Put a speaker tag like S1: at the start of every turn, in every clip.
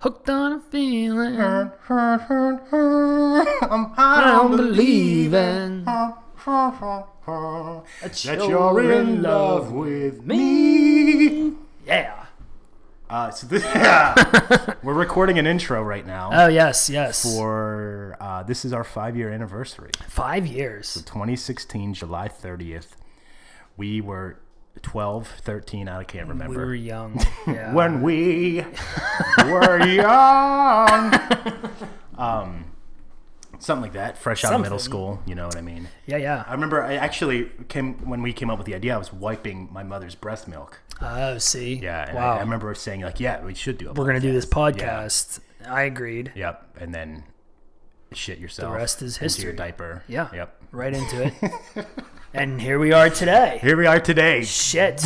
S1: Hooked on a feeling.
S2: Hurt, hurt, hurt, hurt. I'm
S1: I
S2: high
S1: don't
S2: on
S1: believe
S2: believing.
S1: in-
S2: Huh, huh, huh, huh. That
S1: you're
S2: you're in
S1: in
S2: love
S1: love
S2: with
S1: me.
S2: me.
S1: Yeah.
S2: Uh, so this, we're recording an intro right now
S1: Oh yes, yes.
S2: for uh, this is our five year anniversary,
S1: five years.
S2: 2016, July 30th. We were 12, 13, I can't
S1: We
S2: remember.
S1: were young. Yeah.
S2: when we were young. Um, something like that, fresh out of middle
S1: Something.
S2: school. You know what I mean?
S1: yeah,
S2: I
S1: yeah.
S2: remember I actually came when we came up with the idea. I was wiping my mother's breast milk.
S1: Oh, see.
S2: Yeah, and
S1: wow.
S2: I, I remember saying like, "Yeah, we should do it."
S1: we're gonna do this podcast. I agreed.
S2: Yep, and then shit yourself.
S1: The rest is
S2: into your
S1: history.
S2: diaper.
S1: Yeah.
S2: Yep.
S1: Right into it. and here we are today.
S2: Here we are today.
S1: Shit.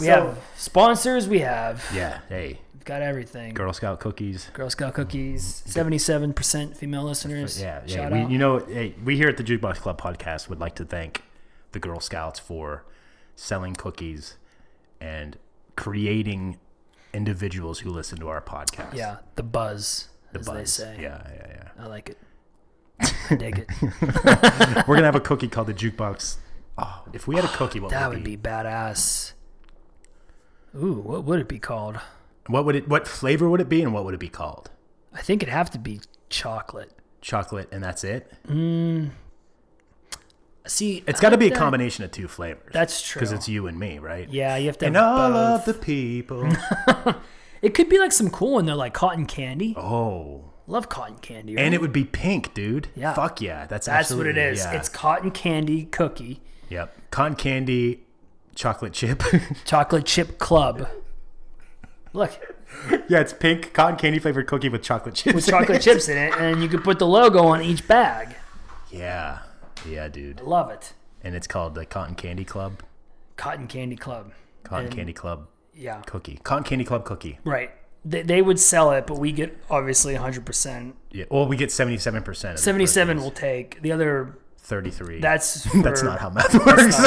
S1: we have sponsors. We have
S2: Yeah. Hey,
S1: we've got everything.
S2: Girl Scout cookies.
S1: Girl Scout cookies. Seventy-seven percent female listeners.
S2: Yeah, yeah.
S1: Shout
S2: we,
S1: out.
S2: You know, hey, we here at the Jukebox Club podcast would like to thank the Girl Scouts for selling cookies and creating individuals who listen to our podcast.
S1: yeah. The buzz. as they
S2: Buzz.
S1: say.
S2: Yeah, yeah,
S1: I like it. I dig it.
S2: yeah. We're gonna have a cookie called the Jukebox. Oh, if we had a cookie, what
S1: That
S2: would, it
S1: would be badass. Ooh, what would it be called?
S2: What would it? What flavor would it be, and what would it be called?
S1: I think it'd have to be chocolate.
S2: Chocolate, and that's it.
S1: See,
S2: It's got to
S1: I-
S2: be a
S1: that-
S2: combination of two flavors.
S1: That's true.
S2: because it's you and me, right?
S1: yeah, you have to.
S2: And
S1: have
S2: all
S1: both.
S2: of the people.
S1: it could be like some cool one though, like cotton candy.
S2: oh.
S1: Love cotton candy. Right?
S2: And it would be pink, dude.
S1: Yeah.
S2: Fuck yeah. That's
S1: that's what it
S2: absolutely-
S1: is.
S2: yeah.
S1: It's cotton candy cookie,
S2: Yep. Cotton candy, chocolate chip.
S1: chocolate chip club. Look,
S2: yeah, it's pink cotton candy flavored cookie with chocolate chips.
S1: with
S2: in
S1: chocolate
S2: it.
S1: chips in it, and you could put the logo on each bag.
S2: Yeah. Yeah, dude.
S1: Love it.
S2: And it's called the Cotton Candy Club.
S1: Cotton candy club.
S2: Cotton
S1: And-
S2: Candy Club
S1: Yeah.
S2: cookie. Cotton Candy Club cookie.
S1: Right. They, they would sell it, but we get obviously 100%.
S2: Yeah. Well, we get 77% of the
S1: 77 will take. The other,
S2: proceeds. 33.
S1: that's.
S2: That's
S1: for-
S2: not how math works.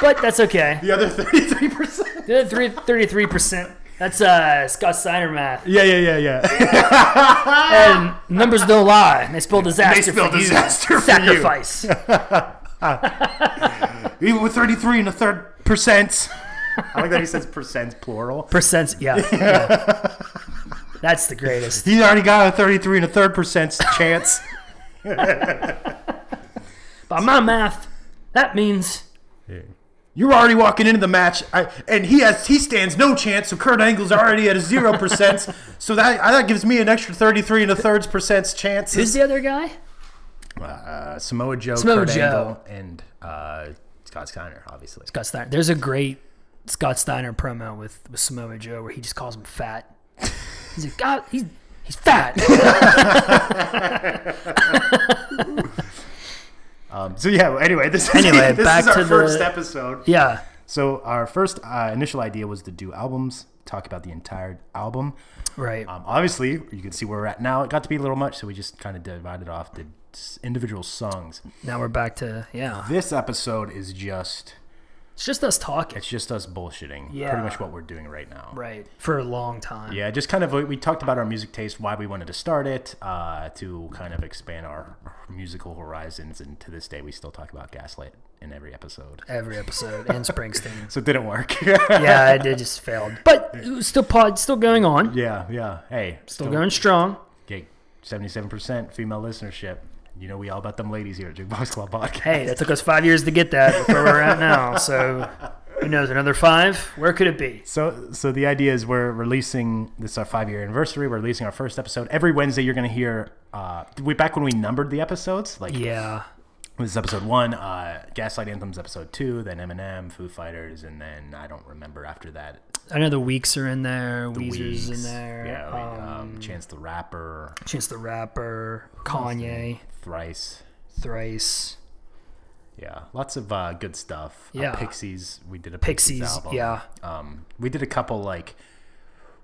S1: But that's okay.
S2: the other 33%.
S1: The other three, 33%, that's uh, Scott Steiner math.
S2: Yeah, yeah, yeah, yeah.
S1: And numbers don't lie. They spell disaster.
S2: spell
S1: for you.
S2: disaster for you.
S1: Sacrifice.
S2: Even with 33 and a third percent. I like that he says percent plural.
S1: Percents, yeah. yeah. That's the greatest.
S2: He's already got a 33 and a third percent chance.
S1: By my math, that means
S2: You're already walking into the match, I, and he has he stands no chance. So Kurt Angle's already at a zero percent. so that that gives me an extra thirty three and a thirds percent chance.
S1: who's the other guy?
S2: uh, Samoa Joe,
S1: Samoa
S2: Kurt
S1: Joe.
S2: Angle, and uh, Scott Steiner, obviously.
S1: Scott Steiner. There's a great Scott Steiner promo with, with Samoa Joe where he just calls him fat. He's like, God, he's he's fat.
S2: Um, so yeah. well, Anyway, this is,
S1: Anyway,
S2: this
S1: back
S2: is our
S1: to the-
S2: first episode.
S1: yeah,
S2: So our first uh, initial idea was to do albums, talk about the entire album.
S1: right.
S2: Um, obviously, you can see where we're at now. It got to be a little much, so we just kind of divided off, did s- individual songs.
S1: now we're back to yeah.
S2: This episode is just.
S1: It's just us talking,
S2: It's just us bullshitting.
S1: Yeah.
S2: Pretty much what we're doing right now.
S1: right, for a long time.
S2: Yeah, just kind of we talked about our music taste, why we wanted to start it, uh, to kind of expand our musical horizons, and to this day we still talk about Gaslight in every episode.
S1: Every episode and Springsteen.
S2: So it didn't work.
S1: yeah, it, it just failed, but it was still pod, still going on,
S2: yeah, yeah. Hey,
S1: still going strong.
S2: get seventy-seven percent female listenership. You know we all about them ladies here at Jukebox Club Podcast.
S1: Hey, that took us five years to get that. That's where we're at now. So who knows? Another five? Where could it be?
S2: So, so the idea is we're releasing this is our five year anniversary. We're releasing our first episode every Wednesday. You're gonna hear. Uh, we back when we numbered the episodes, like
S1: Yeah,
S2: This is episode one, uh, Gaslight Anthems episode two, then Eminem, Foo Fighters, and then I don't remember after that.
S1: I know the weeks are in there, Weezer's
S2: Weeks.
S1: in there.
S2: Yeah, we,
S1: um,
S2: um, Chance the Rapper,
S1: Chance the Rapper, Kanye,
S2: Thrice.
S1: Thrice,
S2: Yeah, lots of uh, good stuff. Uh,
S1: Yeah.
S2: Pixies, we did a Pixies,
S1: Pixies.
S2: album.
S1: Yeah,
S2: Um, we did a couple like,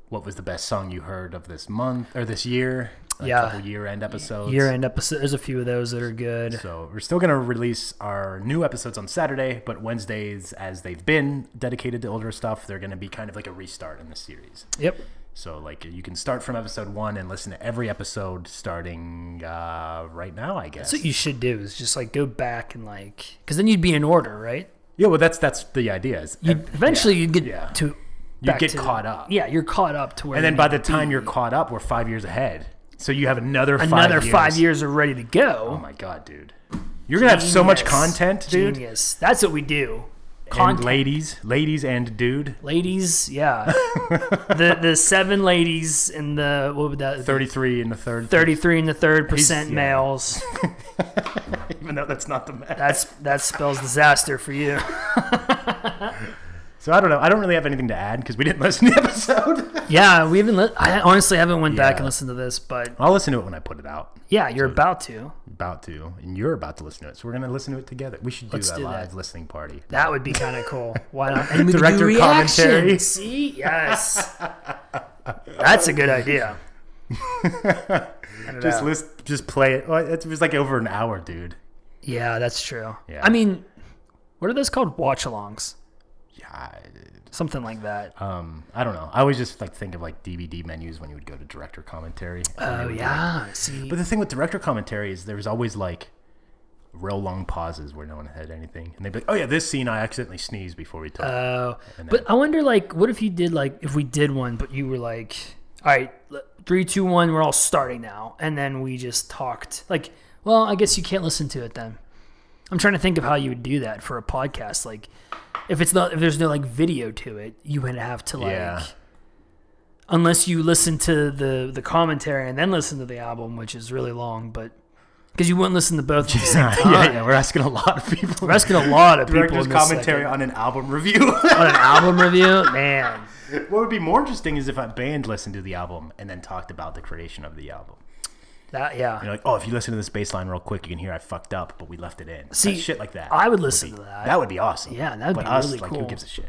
S2: what was the best song you heard of this month or this year? A
S1: Yeah.
S2: couple year end episodes.
S1: year end episode. There's a few of those that are good.
S2: So we're still gonna release our new episodes on Saturday, but Wednesdays, as they've been dedicated to older stuff, they're gonna be kind of like a restart in the series.
S1: Yep.
S2: So like you can start from episode one and listen to every episode starting uh, right now, I guess.
S1: That's what you should do is just like go back and like, because then you'd be in order, right?
S2: yeah, well that's that's the idea is
S1: You eventually you'd get
S2: yeah.
S1: to.
S2: you
S1: back
S2: get
S1: to-
S2: caught up,
S1: Yeah, you're caught up to where.
S2: and then
S1: you
S2: by
S1: need
S2: the
S1: to
S2: time
S1: be.
S2: you're caught up, we're five years ahead. So you have another five
S1: another
S2: years.
S1: five years are ready to
S2: Oh
S1: go.
S2: my god, dude! You're gonna have so much
S1: Genius.
S2: content, dude.
S1: Genius. That's what we do.
S2: And
S1: Content.
S2: ladies, ladies and dude,
S1: ladies, yeah. the the seven ladies and the what would that
S2: thirty three in the third.
S1: thirty three and the third percent
S2: yeah.
S1: males.
S2: Even though that's not the math.
S1: That's that spells disaster for you.
S2: So I don't know. I don't really have anything to add because we didn't listen to the episode.
S1: Yeah, we haven't. Li- I honestly haven't went back
S2: Yeah.
S1: and listened to this, but
S2: I'll listen to it when I put it out.
S1: yeah, you're about to.
S2: about to, and you're about to listen to it. So we're gonna listen to it together. We should do
S1: Let's
S2: a
S1: do that.
S2: live listening party.
S1: That would be kind of cool. Why not? And we could
S2: Director
S1: do
S2: commentary.
S1: reactions. See, yes, that's a good idea.
S2: Just list, just play it. Well, it was like over an hour, dude.
S1: Yeah, that's true.
S2: Yeah.
S1: I mean, what are those called? Watch alongs,
S2: Yeah.
S1: something like that.
S2: Um, I don't know. I always just like think of like DVD menus when you would go to director commentary.
S1: Oh yeah, see,
S2: But the thing with director commentary is there was always like real long pauses where no one had anything, and they'd be like, "Oh yeah, this scene I accidentally sneezed before we talked."
S1: Oh,
S2: And
S1: but I wonder, like, what if you did, like, if we did one, but you were like, all right, l- three, two, one, we're all starting now. And then we just talked. Like, well, I guess you can't listen to it then. I'm trying to think of how you would do that for a podcast. Like, if it's not, if there's no, like, video to it, you would have to, like,
S2: Yeah.
S1: unless you listen to the, the commentary and then listen to the album, which is really long, but because you wouldn't listen to both at the same time.
S2: yeah, yeah, we're asking a lot of people.
S1: We're asking a lot of people
S2: Director's
S1: in this
S2: commentary
S1: segment.
S2: on an album review.
S1: on an album review, man.
S2: What would be more interesting is if a band listened to the album and then talked about the creation of the album.
S1: That yeah.
S2: You know, like, oh, if you listen to this bass line real quick, you can hear I fucked up, but we left it in.
S1: See,
S2: That shit like that.
S1: I would listen
S2: be-
S1: to that.
S2: That would be awesome.
S1: Yeah, that'd
S2: but
S1: be
S2: us,
S1: really
S2: like,
S1: cool.
S2: Who gives a shit?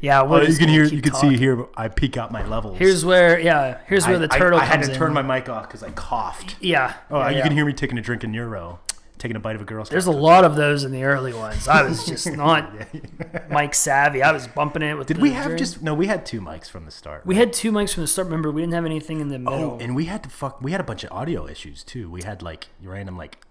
S1: yeah,
S2: Oh,
S1: we're just gonna keep talking.
S2: here. I peek out my levels.
S1: Here's where yeah. Here's where the turtle
S2: I, had
S1: comes
S2: to
S1: in.
S2: turn my mic off because I coughed.
S1: yeah.
S2: Oh,
S1: yeah,
S2: you
S1: yeah.
S2: can hear me taking a drink in Euro, taking a bite of a girl's.
S1: There's a lot of those in the early ones. I was just not mic savvy. I was bumping it with.
S2: Did we have just no? We had two mics from the start.
S1: We had two mics from the start. Remember, we didn't have anything in the
S2: Oh,
S1: middle.
S2: and we had to fuck. We had a bunch of audio issues too. We had like random like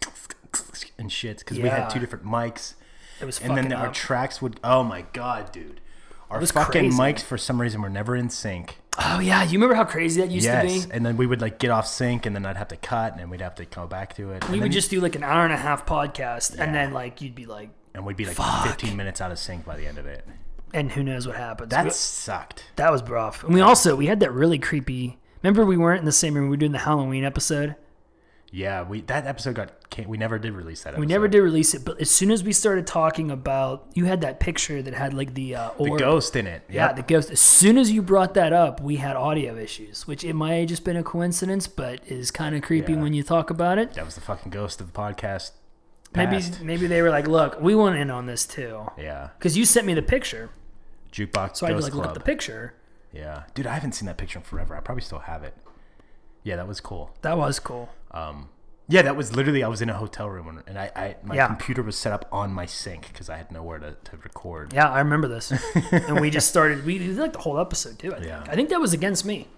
S2: and shit because we
S1: Yeah.
S2: had two different mics,
S1: it was fucking
S2: and then our
S1: up.
S2: tracks would. Oh my god, dude, our
S1: was
S2: fucking
S1: crazy.
S2: mics for some reason were never in sync.
S1: oh yeah, you remember how crazy that used
S2: yes,
S1: to be?
S2: and then we would like get off sync, and then I'd have to cut, and then we'd have to go back to it.
S1: We
S2: and
S1: would
S2: then-
S1: just do like an hour and a half podcast, and then like you'd be like,
S2: and we'd be like
S1: Fuck.
S2: 15 minutes out of sync by the end of it.
S1: and who knows what happens.
S2: That sucked.
S1: That was rough. And we also we had that really creepy. Remember, we weren't in the same room. We were doing the Halloween episode.
S2: Yeah, we that episode got can't, we never did release that. Episode.
S1: We never did release it, but as soon as we started talking about, you had that picture that had like the uh,
S2: the
S1: orb.
S2: ghost in it.
S1: Yeah,
S2: Yep.
S1: the ghost. As soon as you brought that up, we had audio issues, which it might have just been a coincidence, but is kind of creepy
S2: Yeah.
S1: when you talk about it.
S2: that was the fucking ghost of the podcast.
S1: Maybe
S2: past.
S1: maybe they were like, "Look, we want in on this too,"
S2: yeah,
S1: because you sent me the picture,
S2: jukebox.
S1: so I had to
S2: ghost
S1: like
S2: club.
S1: look at the picture.
S2: Yeah, dude, I haven't seen that picture in forever. I probably still have it. Yeah, that was cool.
S1: That was cool.
S2: Um, yeah, that was literally I was in a hotel room and- and I, I my
S1: Yeah.
S2: computer was set up on my sink because I had nowhere to, to record.
S1: Yeah, I remember this. and we just started. We did like the whole episode too. I think.
S2: Yeah.
S1: I think that was against me.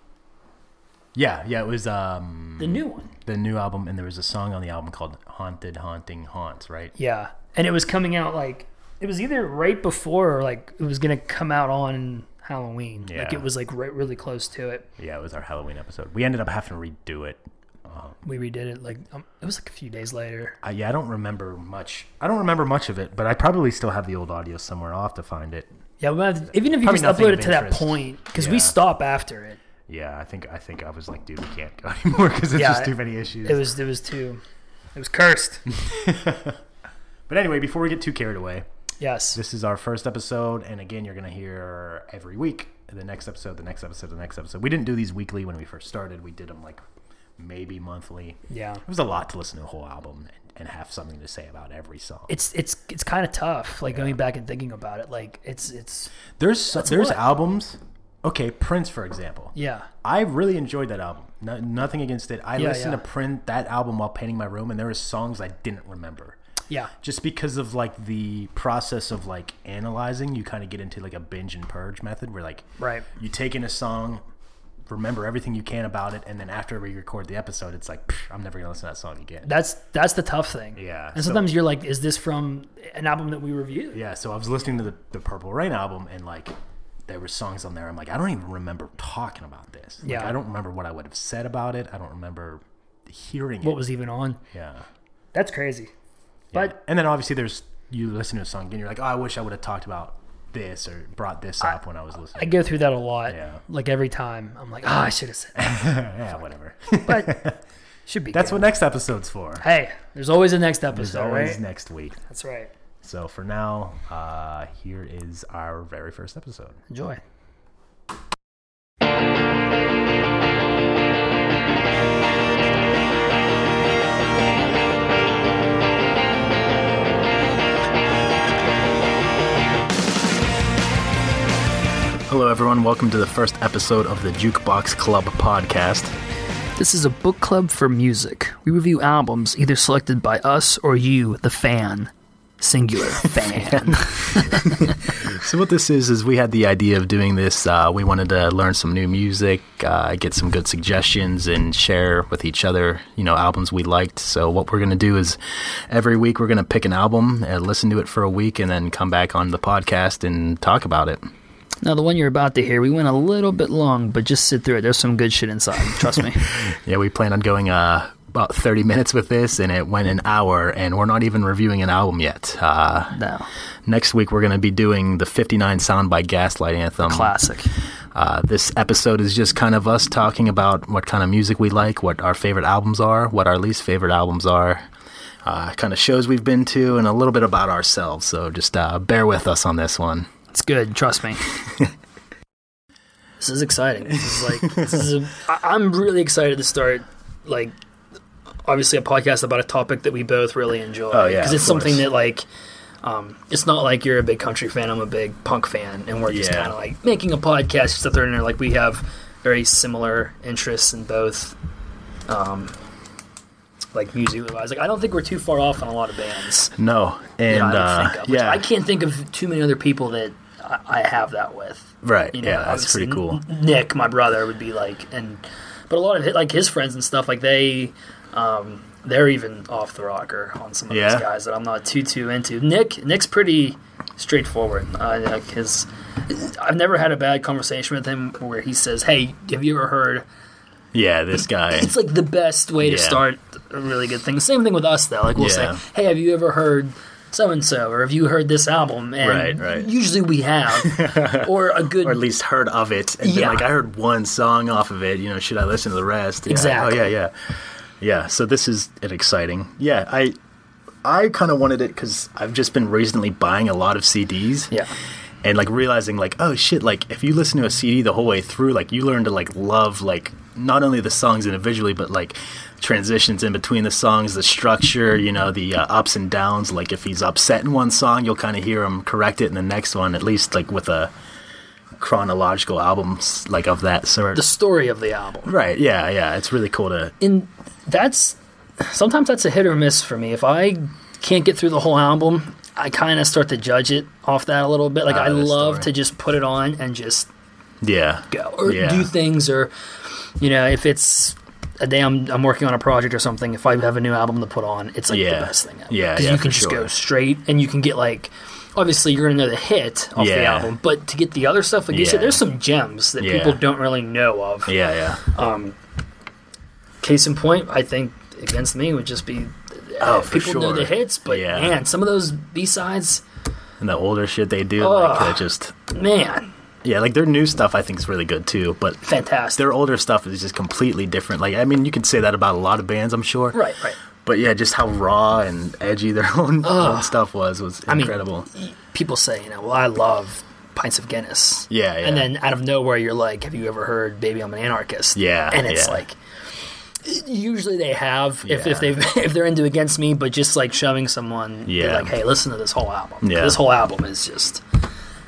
S2: Yeah, yeah, it was um
S1: The new one.
S2: the new album and there was a song on the album called Haunted Haunting Haunts, right?
S1: Yeah, and it was coming out like it was either right before or like it was gonna come out on Halloween. Like
S2: Yeah.
S1: it was like right really close to it.
S2: Yeah, it was our Halloween episode. We ended up having to redo it.
S1: We redid it like um, it was like a few days later.
S2: I, yeah, I don't remember much. I don't remember much of it, but I probably still have the old audio somewhere. I'll have to find it.
S1: Yeah, we have, even if you
S2: Probably
S1: just
S2: nothing
S1: upload it
S2: of
S1: to that
S2: interest.
S1: point because we
S2: Yeah.
S1: stop after it.
S2: Yeah, I think I think I was like, dude, we can't go anymore because there's
S1: Yeah,
S2: just too many issues.
S1: It was it was too, it was cursed.
S2: but anyway, before we get too carried away,
S1: yes,
S2: This is our first episode, and again, you're going to hear every week the next episode, the next episode, the next episode. We didn't do these weekly when we first started. We did them like maybe monthly. It
S1: yeah.
S2: was a lot to listen to a whole album and, and have something to say about every song.
S1: It's it's it's kind of tough. Like going back and thinking about it. Like it's it's
S2: There's so-
S1: a
S2: there's
S1: lot.
S2: albums. Okay, Prince for example.
S1: yeah.
S2: I really enjoyed that album. No, nothing against it. I
S1: Yeah,
S2: listened
S1: yeah.
S2: to Prince that album while painting my room, and there were songs I didn't remember.
S1: Yeah.
S2: just because of like the process of like analyzing you kind of get into like a binge and purge method where like
S1: Right.
S2: you take in a song remember everything you can about it, and then after we record the episode, it's like "Psh, I'm never gonna listen to that song again.
S1: That's that's the tough thing.
S2: Yeah,
S1: And
S2: so-
S1: sometimes you're like, is this from an album that we reviewed?
S2: Yeah, so I was listening to the, the Purple Rain album, and like there were songs on there. I'm like, I don't even remember talking about this. Like,
S1: Yeah.
S2: I don't remember what I would have said about it. I don't remember hearing
S1: What
S2: it.
S1: was even on?
S2: Yeah.
S1: That's crazy. But
S2: and then obviously there's you listen to a song and you're like, oh, I wish I would have talked about this or brought this up when I was
S1: I
S2: listening.
S1: go through that a lot.
S2: Yeah.
S1: Like every time, I'm like, ah, I should have said that.
S2: yeah, whatever.
S1: But should be.
S2: That's
S1: good.
S2: what next episode's for.
S1: Hey, there's always a next
S2: It's
S1: episode,
S2: always
S1: right?
S2: next week.
S1: That's right.
S2: So for now, uh, here is our very first episode.
S1: Enjoy.
S2: Hello, everyone. Welcome to the first episode of the Jukebox Club podcast.
S1: This is a book club for music. We review albums either selected by us or you, the fan. Singular fan.
S2: So what this is is we had the idea of doing this. Uh, we wanted to learn some new music, uh, get some good suggestions, and share with each other. You know, albums we liked. So what we're gonna do is every week we're gonna pick an album and listen to it for a week, and then come back on the podcast and talk about it.
S1: now, the one you're about to hear, we went a little bit long, but just sit through it. There's some good shit inside. Trust me.
S2: Yeah, we plan on going uh, about thirty minutes with this, and it went an hour, and we're not even reviewing an album yet. Uh,
S1: No.
S2: next week we're gonna be doing the '59 Sound by Gaslight Anthem.
S1: Classic.
S2: Uh, this episode is just kind of us talking about what kind of music we like, what our favorite albums are, what our least favorite albums are, uh, kind of shows we've been to, and a little bit about ourselves. So just uh, bear with us on this one.
S1: It's good. Trust me. this is exciting. This is like this is. A, I, I'm really excited to start like obviously a podcast about a topic that we both really enjoy.
S2: Oh, yeah,
S1: because
S2: of
S1: it's something
S2: course.
S1: that like. Um, it's not like you're a big country fan. I'm a big punk fan, and we're just
S2: Yeah.
S1: kind of like making a podcast just to throw in there. Like we have very similar interests in both, um, like music wise. Like I don't think we're too far off on a lot of bands
S2: No, and
S1: that I
S2: uh,
S1: would think of, which
S2: yeah,
S1: I can't think of too many other people that I, I have that with.
S2: right,
S1: You know,
S2: yeah, that's
S1: obviously
S2: pretty cool.
S1: N- Nick, my brother, would be like, and but a lot of hi- like his friends and stuff, like they, um, they're even off the rocker on some of
S2: Yeah.
S1: those guys that I'm not too too into. Nick, Nick's pretty straightforward. Uh, like his, I've never had a bad conversation with him where he says, "Hey, have you ever heard?"
S2: Yeah, this guy.
S1: It's like the best way to
S2: Yeah.
S1: start a really good thing. Same thing with us though. Like we'll
S2: Yeah.
S1: say, "Hey, have you ever heard so and so, or have you heard this album?" And
S2: Right, right.
S1: Usually we have, or a good
S2: Or at least heard of it, and then
S1: Yeah.
S2: like I heard one song off of it. You know, should I listen to the rest? Yeah.
S1: Exactly.
S2: Oh yeah, yeah, yeah. So this is an exciting. Yeah, I, I kind of wanted it because I've just been recently buying a lot of CDs.
S1: Yeah.
S2: And like realizing like oh shit like if you listen to a CD the whole way through like you learn to like love like not only the songs individually but like transitions in between the songs the structure you know the uh, ups and downs like if he's upset in one song you'll kind of hear him correct it in the next one at least like with a chronological albums like of that sort.
S1: the story of the album.
S2: right? Yeah, yeah. It's really cool to.
S1: And that's sometimes that's a hit or miss for me. If I can't get through the whole album, I kind of start to judge it off that a little bit. Like
S2: Ah,
S1: I
S2: the
S1: love
S2: story.
S1: to just put it on and just
S2: Yeah.
S1: go or
S2: Yeah.
S1: do things or you know if it's a day I'm, I'm working on a project or something if i have a new album to put on it's like
S2: Yeah.
S1: the best thing ever
S2: Yeah,
S1: 'Cause
S2: yeah,
S1: you can
S2: for
S1: just
S2: sure.
S1: go straight and you can get like obviously you're gonna know the hit off the
S2: Yeah.
S1: album but to get the other stuff like you
S2: Yeah.
S1: said there's some gems that
S2: Yeah.
S1: people don't really know of
S2: Yeah, yeah.
S1: case in point i think against me would just be
S2: Oh,
S1: uh,
S2: for
S1: people know the
S2: sure.
S1: hits but
S2: Yeah.
S1: man some of those b-sides
S2: And the older shit they do, like
S1: Ugh.
S2: that just
S1: man
S2: yeah, like their new stuff I think is really good too, but
S1: fantastic
S2: their older stuff is just completely different. Like I mean, you could say that about a lot of bands, I'm sure.
S1: right right
S2: But yeah, just how raw and edgy their own, own stuff was was
S1: mean,
S2: incredible.
S1: people say, you know, well, I love pints of Guinness.
S2: Yeah, yeah.
S1: And then out of nowhere, you're like, have you ever heard "Baby, I'm an Anarchist"?
S2: Yeah,
S1: And it's
S2: yeah.
S1: like, usually they have if,
S2: Yeah.
S1: if they if they're into Against Me, but just like showing someone, they're
S2: Yeah.
S1: like, hey, listen to this whole album.
S2: Yeah.
S1: This whole album is just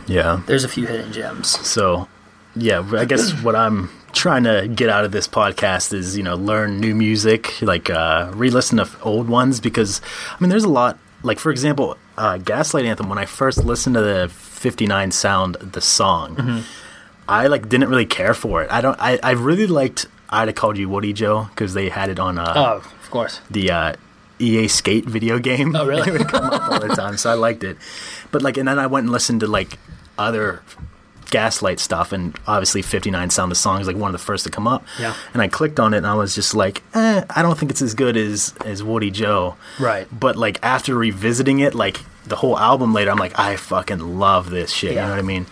S2: yeah.
S1: there's a few hidden gems.
S2: So, yeah, I guess what I'm trying to get out of this podcast is, you know, learn new music, like uh, re listen to old ones because, I mean, there's a lot. Like, for example, uh, Gaslight Anthem, when I first listened to the 59 sound, the song, I like didn't really care for it. I don't. I, I really liked. I'd have called you Woody Joe because they had it on uh,
S1: Oh, of course.
S2: the uh, EA Skate video game.
S1: Oh, really?
S2: it would come up all the time, so I liked it. But like, and then I went and listened to like other Gaslight stuff, and obviously 59 Sound the Song is like one of the first to come up.
S1: Yeah.
S2: And I clicked on it, and I was just like, eh, I don't think it's as good as as Woody Joe.
S1: Right.
S2: But like after revisiting it, like the whole album later, I'm like, I fucking love this shit. You
S1: Yeah.
S2: know what I mean?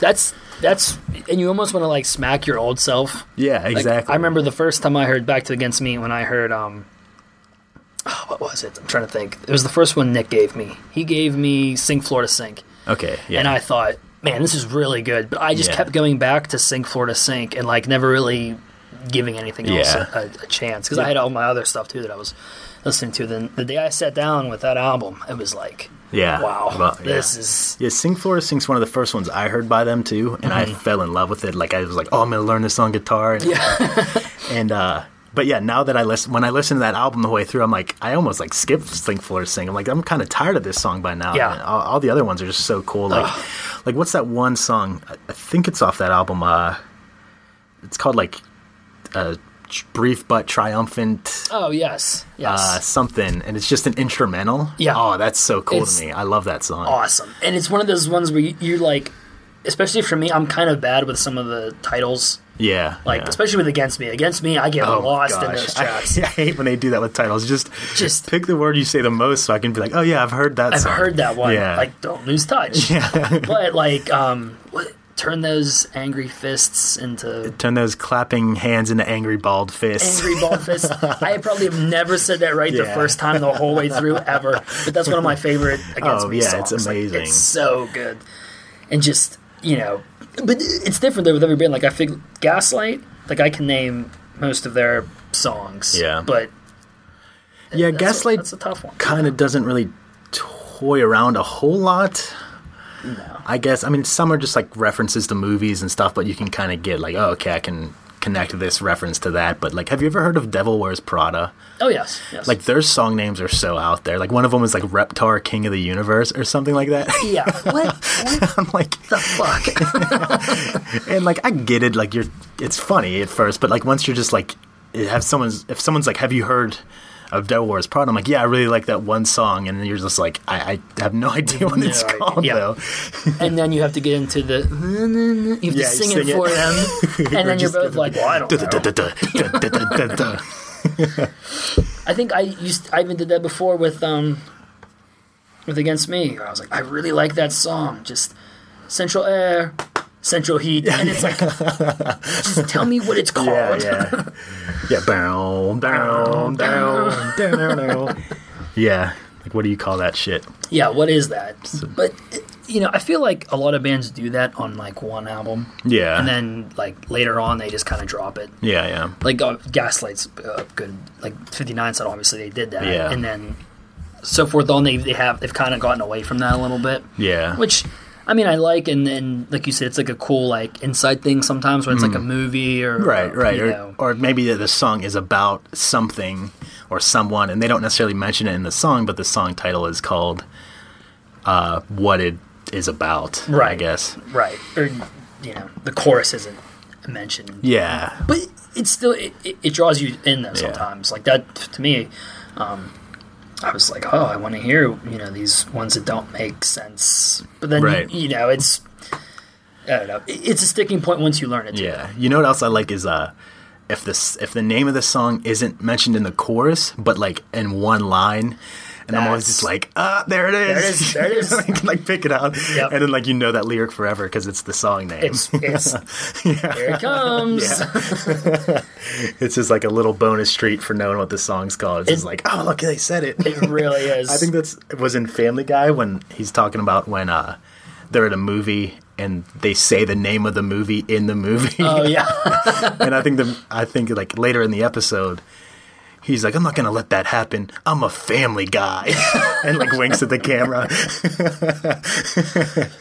S1: That's that's and you almost want to like smack your old self.
S2: Yeah,
S1: Like,
S2: exactly.
S1: I remember the first time I heard Back to Against Me when I heard um oh, what was it? I'm trying to think. It was the first one Nick gave me. He gave me Sink Florida Sink.
S2: Okay. Yeah.
S1: And I thought, man, this is really good. But I just
S2: Yeah.
S1: kept going back to Sink Florida Sink and like never really giving anything else
S2: Yeah.
S1: a, a chance because I had all my other stuff too that I was listening to. Then the day I sat down with that album, it was like,
S2: yeah.
S1: wow,
S2: Well, Ah, yeah.
S1: this is
S2: Yeah, Sing Flora Sing's one of the first ones I heard by them too,
S1: Mm-hmm.
S2: and I fell in love with it. Like I was like, oh, I'm gonna learn this on guitar. And, and uh, but yeah, now that I listen, when I listen to that album the way through, I'm like, I almost like skip Sing Flora Sing. I'm like, I'm kind of tired of this song by now.
S1: Yeah.
S2: And all, all the other ones are just so cool. Like, like what's that one song? I- I think it's off that album. Uh, it's called like, uh, brief but triumphant.
S1: oh yes, yes.
S2: Uh, something, and it's just an instrumental.
S1: Yeah.
S2: Oh, that's so cool
S1: It's-
S2: to me. I love that song.
S1: awesome. And it's one of those ones where you, you like, especially for me, I'm kind of bad with some of the titles.
S2: yeah.
S1: Like
S2: yeah. Oh,
S1: especially with Against Me. Against Me, I get lost in those tracks.
S2: I, I hate when they do that with titles. Just,
S1: Just-
S2: just pick the word you say the most, so I can be like, oh yeah, I've heard that.
S1: I've
S2: song."
S1: heard that one.
S2: Yeah.
S1: Like, don't lose touch.
S2: yeah.
S1: but like, um, what, turn those angry fists into
S2: Turn those clapping hands into angry bald fists.
S1: angry ball fists. I probably have never said that right the
S2: Yeah.
S1: first time the whole way through ever. But that's one of my favorite Against
S2: Oh,
S1: Me
S2: yeah,
S1: songs.
S2: it's
S1: Like,
S2: amazing.
S1: it's so good, and just you know, but it's different though with every band. Like I think Gaslight, like I can name most of their songs.
S2: Yeah.
S1: but
S2: yeah,
S1: that's a-
S2: Gaslight
S1: that's a tough one.
S2: kind of doesn't really toy around a whole lot. I guess. I mean, some are just like references to movies and stuff, but you can kind of get like, oh, okay, I can connect this reference to that. But like, have you ever heard of Devil Wears Prada?
S1: Oh yes, yes.
S2: Like, their song names are so out there. Like, one of them was like Reptar King of the Universe or something like that.
S1: yeah, what, what
S2: I'm like,
S1: the fuck?
S2: and like I get it, like you're, it's funny at first, but like once you're just like, have someone's, if someone's like, have you heard of Devil Wears Prada? I'm like, yeah, I really like that one song, and then you're just like, I, I have no idea what it's
S1: No idea.
S2: called
S1: Yeah.
S2: though.
S1: and then you have to get into the you have
S2: Yeah,
S1: to sing,
S2: you
S1: it,
S2: sing it.
S1: for them, and then you're
S2: just
S1: both like, well, I don't know.
S2: Du-du-du-du-du-du-du-du-du.
S1: I think I used I even did that before with um with Against Me. I was like, I really like that song. Just Central Air, Central Heat, and it's like, just tell me what it's called.
S2: Yeah, yeah, yeah. Down, down, down, down, down. Yeah, like what do you call that shit?
S1: Yeah, what is that? But you know, I feel like a lot of bands do that on like one album,
S2: Yeah,
S1: and then like later on they just kind of drop it.
S2: yeah, yeah.
S1: Like uh, Gaslight's uh, good, like Fifty Nine said, obviously they did that,
S2: Yeah.
S1: and then so forth on. They they have they've kind of gotten away from that a little bit.
S2: Yeah.
S1: which I mean I like and and like you said it's like a cool like inside thing sometimes when it's like a movie or
S2: Mm. Right,
S1: or,
S2: right.
S1: you
S2: Or,
S1: know.
S2: or maybe the- the song is about something or someone, and they don't necessarily mention it in the song, but the song title is called uh, What It Is About, I
S1: Right.
S2: guess.
S1: right or you know the chorus isn't mentioned
S2: Yeah.
S1: but it's still it, it, it draws you in though sometimes like that to me um I was like oh I want to hear you know these ones that don't make sense but then you-
S2: Right.
S1: you, know it's I don't know It- it's a sticking point once you learn it too.
S2: Yeah. You know what else I like is uh, if, this, if the name of the song isn't mentioned in the chorus, but like in one line. And I'm always
S1: That's-
S2: just like, ah, there it is.
S1: There it is, there it is.
S2: like, like, pick it out.
S1: Yep.
S2: And then, like, you know that lyric forever because it's the song name.
S1: it's it's here it comes
S2: It's just like a little bonus treat for knowing what the song's called. It's just
S1: It-
S2: like, oh, look, they said it.
S1: it really is
S2: I think that's it was in Family Guy when he's talking about when uh, they're at a movie and they say the name of the movie in the movie.
S1: oh yeah.
S2: and I think the I think like later in the episode, he's like, "I'm not gonna let that happen. I'm a Family Guy," and like winks at the camera.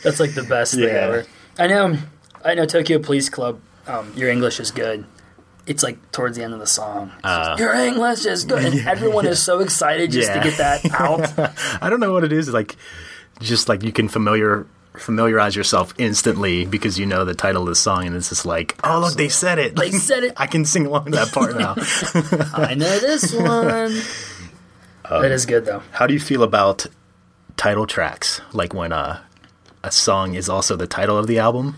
S1: That's like the best thing
S2: Yeah.
S1: ever. I know. I know Tokyo Police Club. Um, your English is good. It's like towards the end of the song. It's just,
S2: Uh.
S1: your English is good, and everyone is so excited just
S2: Yeah.
S1: to get that out.
S2: I don't know what it is like. Just like you can familiar familiarize yourself instantly because you know the title of the song and it's just like, oh look, they said it.
S1: They said it.
S2: I can sing along to that part now.
S1: I know this one.
S2: Um,
S1: that is good though.
S2: How do you feel about title tracks? Like when uh, a song is also the title of the album?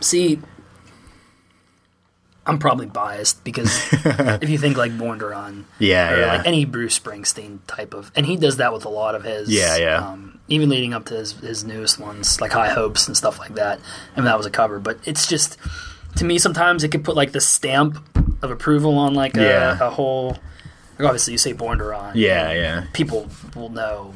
S1: See, I'm probably biased because if you think like Born to Run,
S2: Yeah,
S1: or
S2: yeah.
S1: like any Bruce Springsteen type of, and he does that with a lot of his,
S2: Yeah, yeah.
S1: Um, even leading up to his his newest ones, like High Hopes and stuff like that. I mean, that was a cover, but it's just to me sometimes it could put like the stamp of approval on like a,
S2: Yeah.
S1: a whole. Like obviously, you say Born to Run,
S2: yeah, yeah.
S1: people will know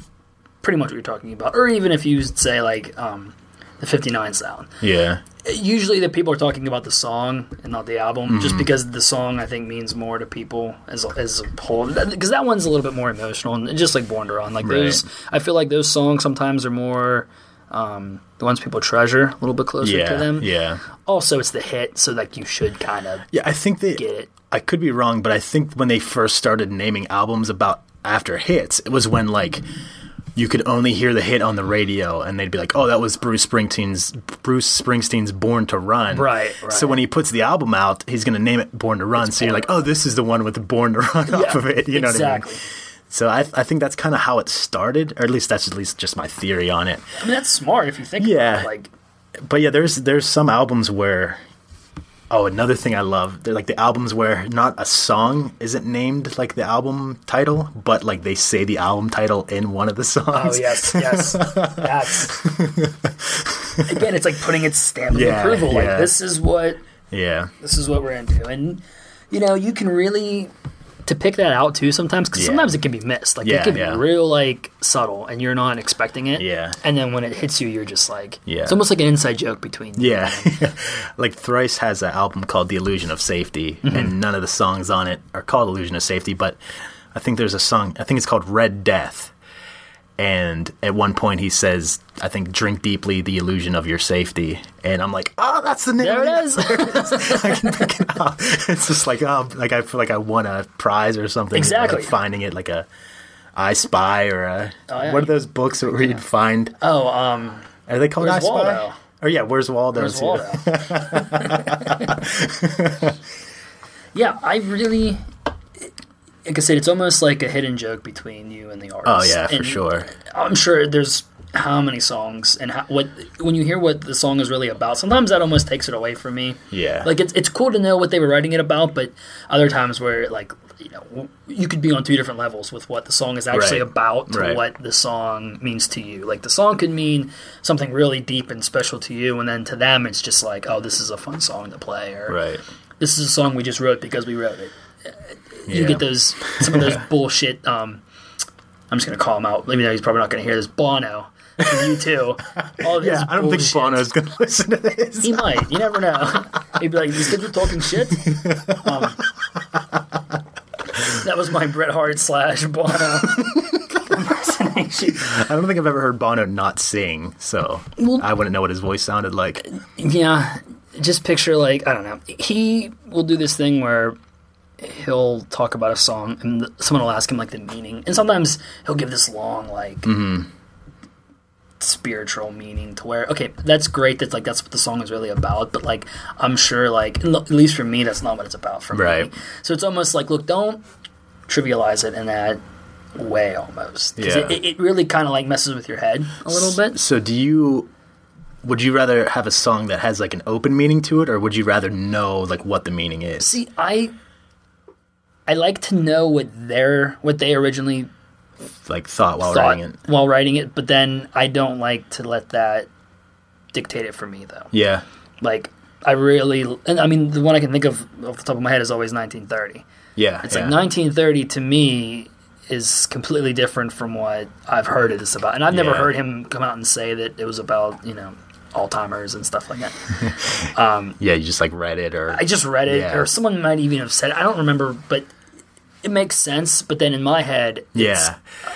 S1: pretty much what you're talking about, or even if you say like um, the '59 sound
S2: Yeah.
S1: usually the people are talking about the song and not the album just
S2: Mm-hmm.
S1: because the song i think means more to people as, as a whole because that one's a little bit more emotional and just like born to run like
S2: Right.
S1: those i feel like those songs sometimes are more um, the ones people treasure a little bit closer to
S2: Yeah.
S1: them
S2: Yeah.
S1: also it's the hit so like you should kind of
S2: Yeah, I think they
S1: get it
S2: I could be wrong, but I think when they first started naming albums about after hits, it was when like you could only hear the hit on the radio, and they'd be like, "Oh, that was Bruce Springsteen's Bruce Springsteen's Born to Run."
S1: Right,
S2: So
S1: right.
S2: when he puts the album out, he's gonna name it Born to Run. so you're like, "Oh, this is the one with the Born to Run off of it." You know
S1: exactly
S2: what I mean? So I, I think that's kind of how it started, or at least that's at least just my theory on it.
S1: i mean that's smart if you think about
S2: Yeah.
S1: it. like
S2: But yeah, there's there's some albums where oh, another thing I love, they're like the albums where not a song isn't named like the album title, but like they say the album title in one of the
S1: oh
S2: songs.
S1: yes yes that's again it's like putting its stamp of
S2: Yeah,
S1: approval
S2: yeah.
S1: like this is what
S2: yeah.
S1: this is what we're into and you know you can really to pick that out too sometimes because
S2: Yeah.
S1: sometimes it can be missed like
S2: Yeah,
S1: it can
S2: yeah.
S1: be real like subtle and you're not expecting it
S2: Yeah.
S1: and then when it hits you you're just like
S2: Yeah.
S1: it's almost like an inside joke between you.
S2: Yeah. like Thrice has an album called The Illusion of Safety
S1: Mm-hmm.
S2: and none of the songs on it are called Illusion of Safety, but I think there's a song, I think it's called Red Death. And at one point he says, I think drink deeply the illusion of your safety. And I'm like, oh, that's the name.
S1: there
S2: of
S1: it
S2: the
S1: is
S2: I can pick it up. It's just like oh, like I feel like I won a prize or something.
S1: Exactly. Oh,
S2: Like finding it like a I Spy or a
S1: yeah.
S2: what are those books where you'd find?
S1: oh um
S2: Are they called
S1: Where's
S2: I Spy?
S1: Waldo?
S2: Or yeah, where's Waldo?
S1: there's
S2: too?
S1: Waldo yeah I really like I said it's almost like a hidden joke between you and the artist
S2: Oh yeah, for
S1: And
S2: sure.
S1: I'm sure there's how many songs and how, what when you hear what the song is really about. Sometimes that almost takes it away from me.
S2: Yeah.
S1: Like it's it's cool to know what they were writing it about, but other times where like you know w- you could be on two different levels with what the song is actually
S2: Right.
S1: about to
S2: Right.
S1: what the song means to you. Like the song could mean something really deep and special to you, and then to them it's just like oh this is a fun song to play or
S2: Right.
S1: this is a song we just wrote because we wrote it. You
S2: Yeah.
S1: get those some of those bullshit. Um, I'm just gonna call him out. Let me know he's probably not gonna hear this. Bono, you too. All of his
S2: Yeah, I don't
S1: bullshit.
S2: think Bono's gonna listen to this.
S1: He might. You never know. He'd be like, "These kids are talking shit." Um, that was my Bret Hart slash Bono impersonation.
S2: I don't think I've ever heard Bono not sing, so
S1: Well-
S2: I wouldn't know what his voice sounded like.
S1: Yeah, just picture like I don't know. He will do this thing where he'll talk about a song, and th- someone will ask him like the meaning, and sometimes he'll give this long like
S2: Mm-hmm.
S1: spiritual meaning to where okay, that's great. That's like that's what the song is really about. But like I'm sure like and lo- at least for me, that's not what it's about for
S2: Right.
S1: me. So it's almost like look, don't trivialize it in that way almost 'Cause
S2: Yeah.
S1: it, it- it really kind of like messes with your head a little bit
S2: So do you would you rather have a song that has like an open meaning to it or would you rather know like what the meaning is?
S1: See, I I like to know what their what they originally
S2: like thought while
S1: thought
S2: writing it.
S1: while writing it, but then I don't like to let that dictate it for me though.
S2: Yeah.
S1: Like I really and I mean the one I can think of off the top of my head is always 1930.
S2: Yeah.
S1: It's
S2: yeah.
S1: like 1930 to me is completely different from what I've heard it is about. And I've never
S2: Yeah.
S1: heard him come out and say that it was about, you know, Alzheimer's and stuff like that.
S2: Yeah, you just like read it or
S1: I just read it,
S2: Yeah.
S1: or someone might even have said it. I don't remember, but it makes sense. But then in my head, it's
S2: Yeah.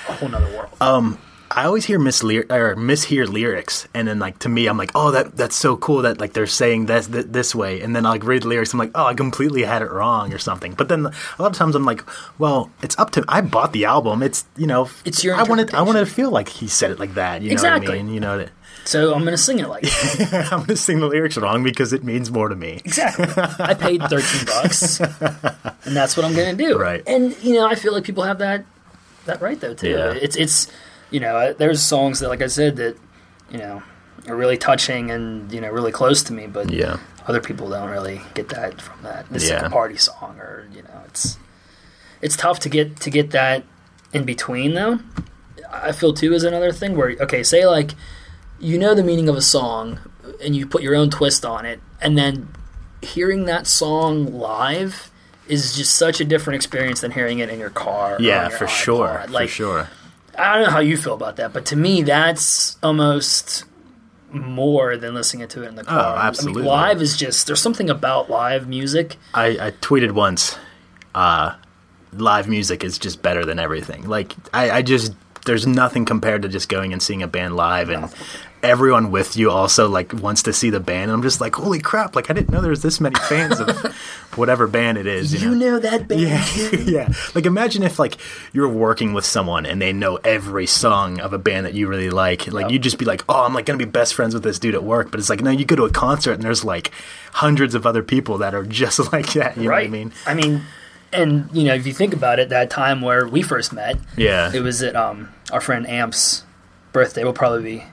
S1: a whole nother world.
S2: I always hear mislear or mishear lyrics, and then like to me, I'm like, oh, that that's so cool that like they're saying this th- this way, and then I like read the lyrics, I'm like, oh, I completely had it wrong or something. But then a lot of times I'm like, well, it's up to I bought the album, it's you know,
S1: It's your
S2: I wanted I wanted to feel like he said it like that, you know what
S1: Exactly.
S2: I mean? You know that
S1: So I'm gonna sing it like that.
S2: I'm gonna sing the lyrics wrong because it means more to me.
S1: exactly. I paid thirteen bucks, and that's what I'm gonna do.
S2: Right.
S1: And you know, I feel like people have that that right though too.
S2: Yeah.
S1: It's it's you know, uh, there's songs that like I said that you know are really touching and you know really close to me, but
S2: Yeah.
S1: other people don't really get that from that. It's like
S2: Yeah.
S1: a party song, or you know, it's it's tough to get to get that in between though. I feel too is another thing where okay, say like you know the meaning of a song and you put your own twist on it, and then hearing that song live is just such a different experience than hearing it in your car. or on
S2: Yeah,
S1: your
S2: for sure.
S1: iPod. Like
S2: for sure.
S1: I don't know how you feel about that, but to me, that's almost more than listening to it in the car. I mean,
S2: Oh, absolutely.
S1: live is just there's something about live music.
S2: I, I tweeted once, uh, live music is just better than everything. Like I, I just there's nothing compared to just going and seeing a band live and everyone with you also like wants to see the band and I'm just like, holy crap, like I didn't know there was this many fans of whatever band it is. You,
S1: You
S2: know?
S1: know that band.
S2: Yeah, yeah. Like imagine if like you're working with someone and they know every song of a band that you really like. Like you'd just be like, oh, I'm like gonna be best friends with this dude at work. But it's like, no, you go to a concert and there's like hundreds of other people that are just like that. You
S1: right.
S2: know what I mean?
S1: I mean, and you know, if you think about it, that time where we first met,
S2: Yeah.
S1: it was at um our friend Amp's birthday. We'll probably be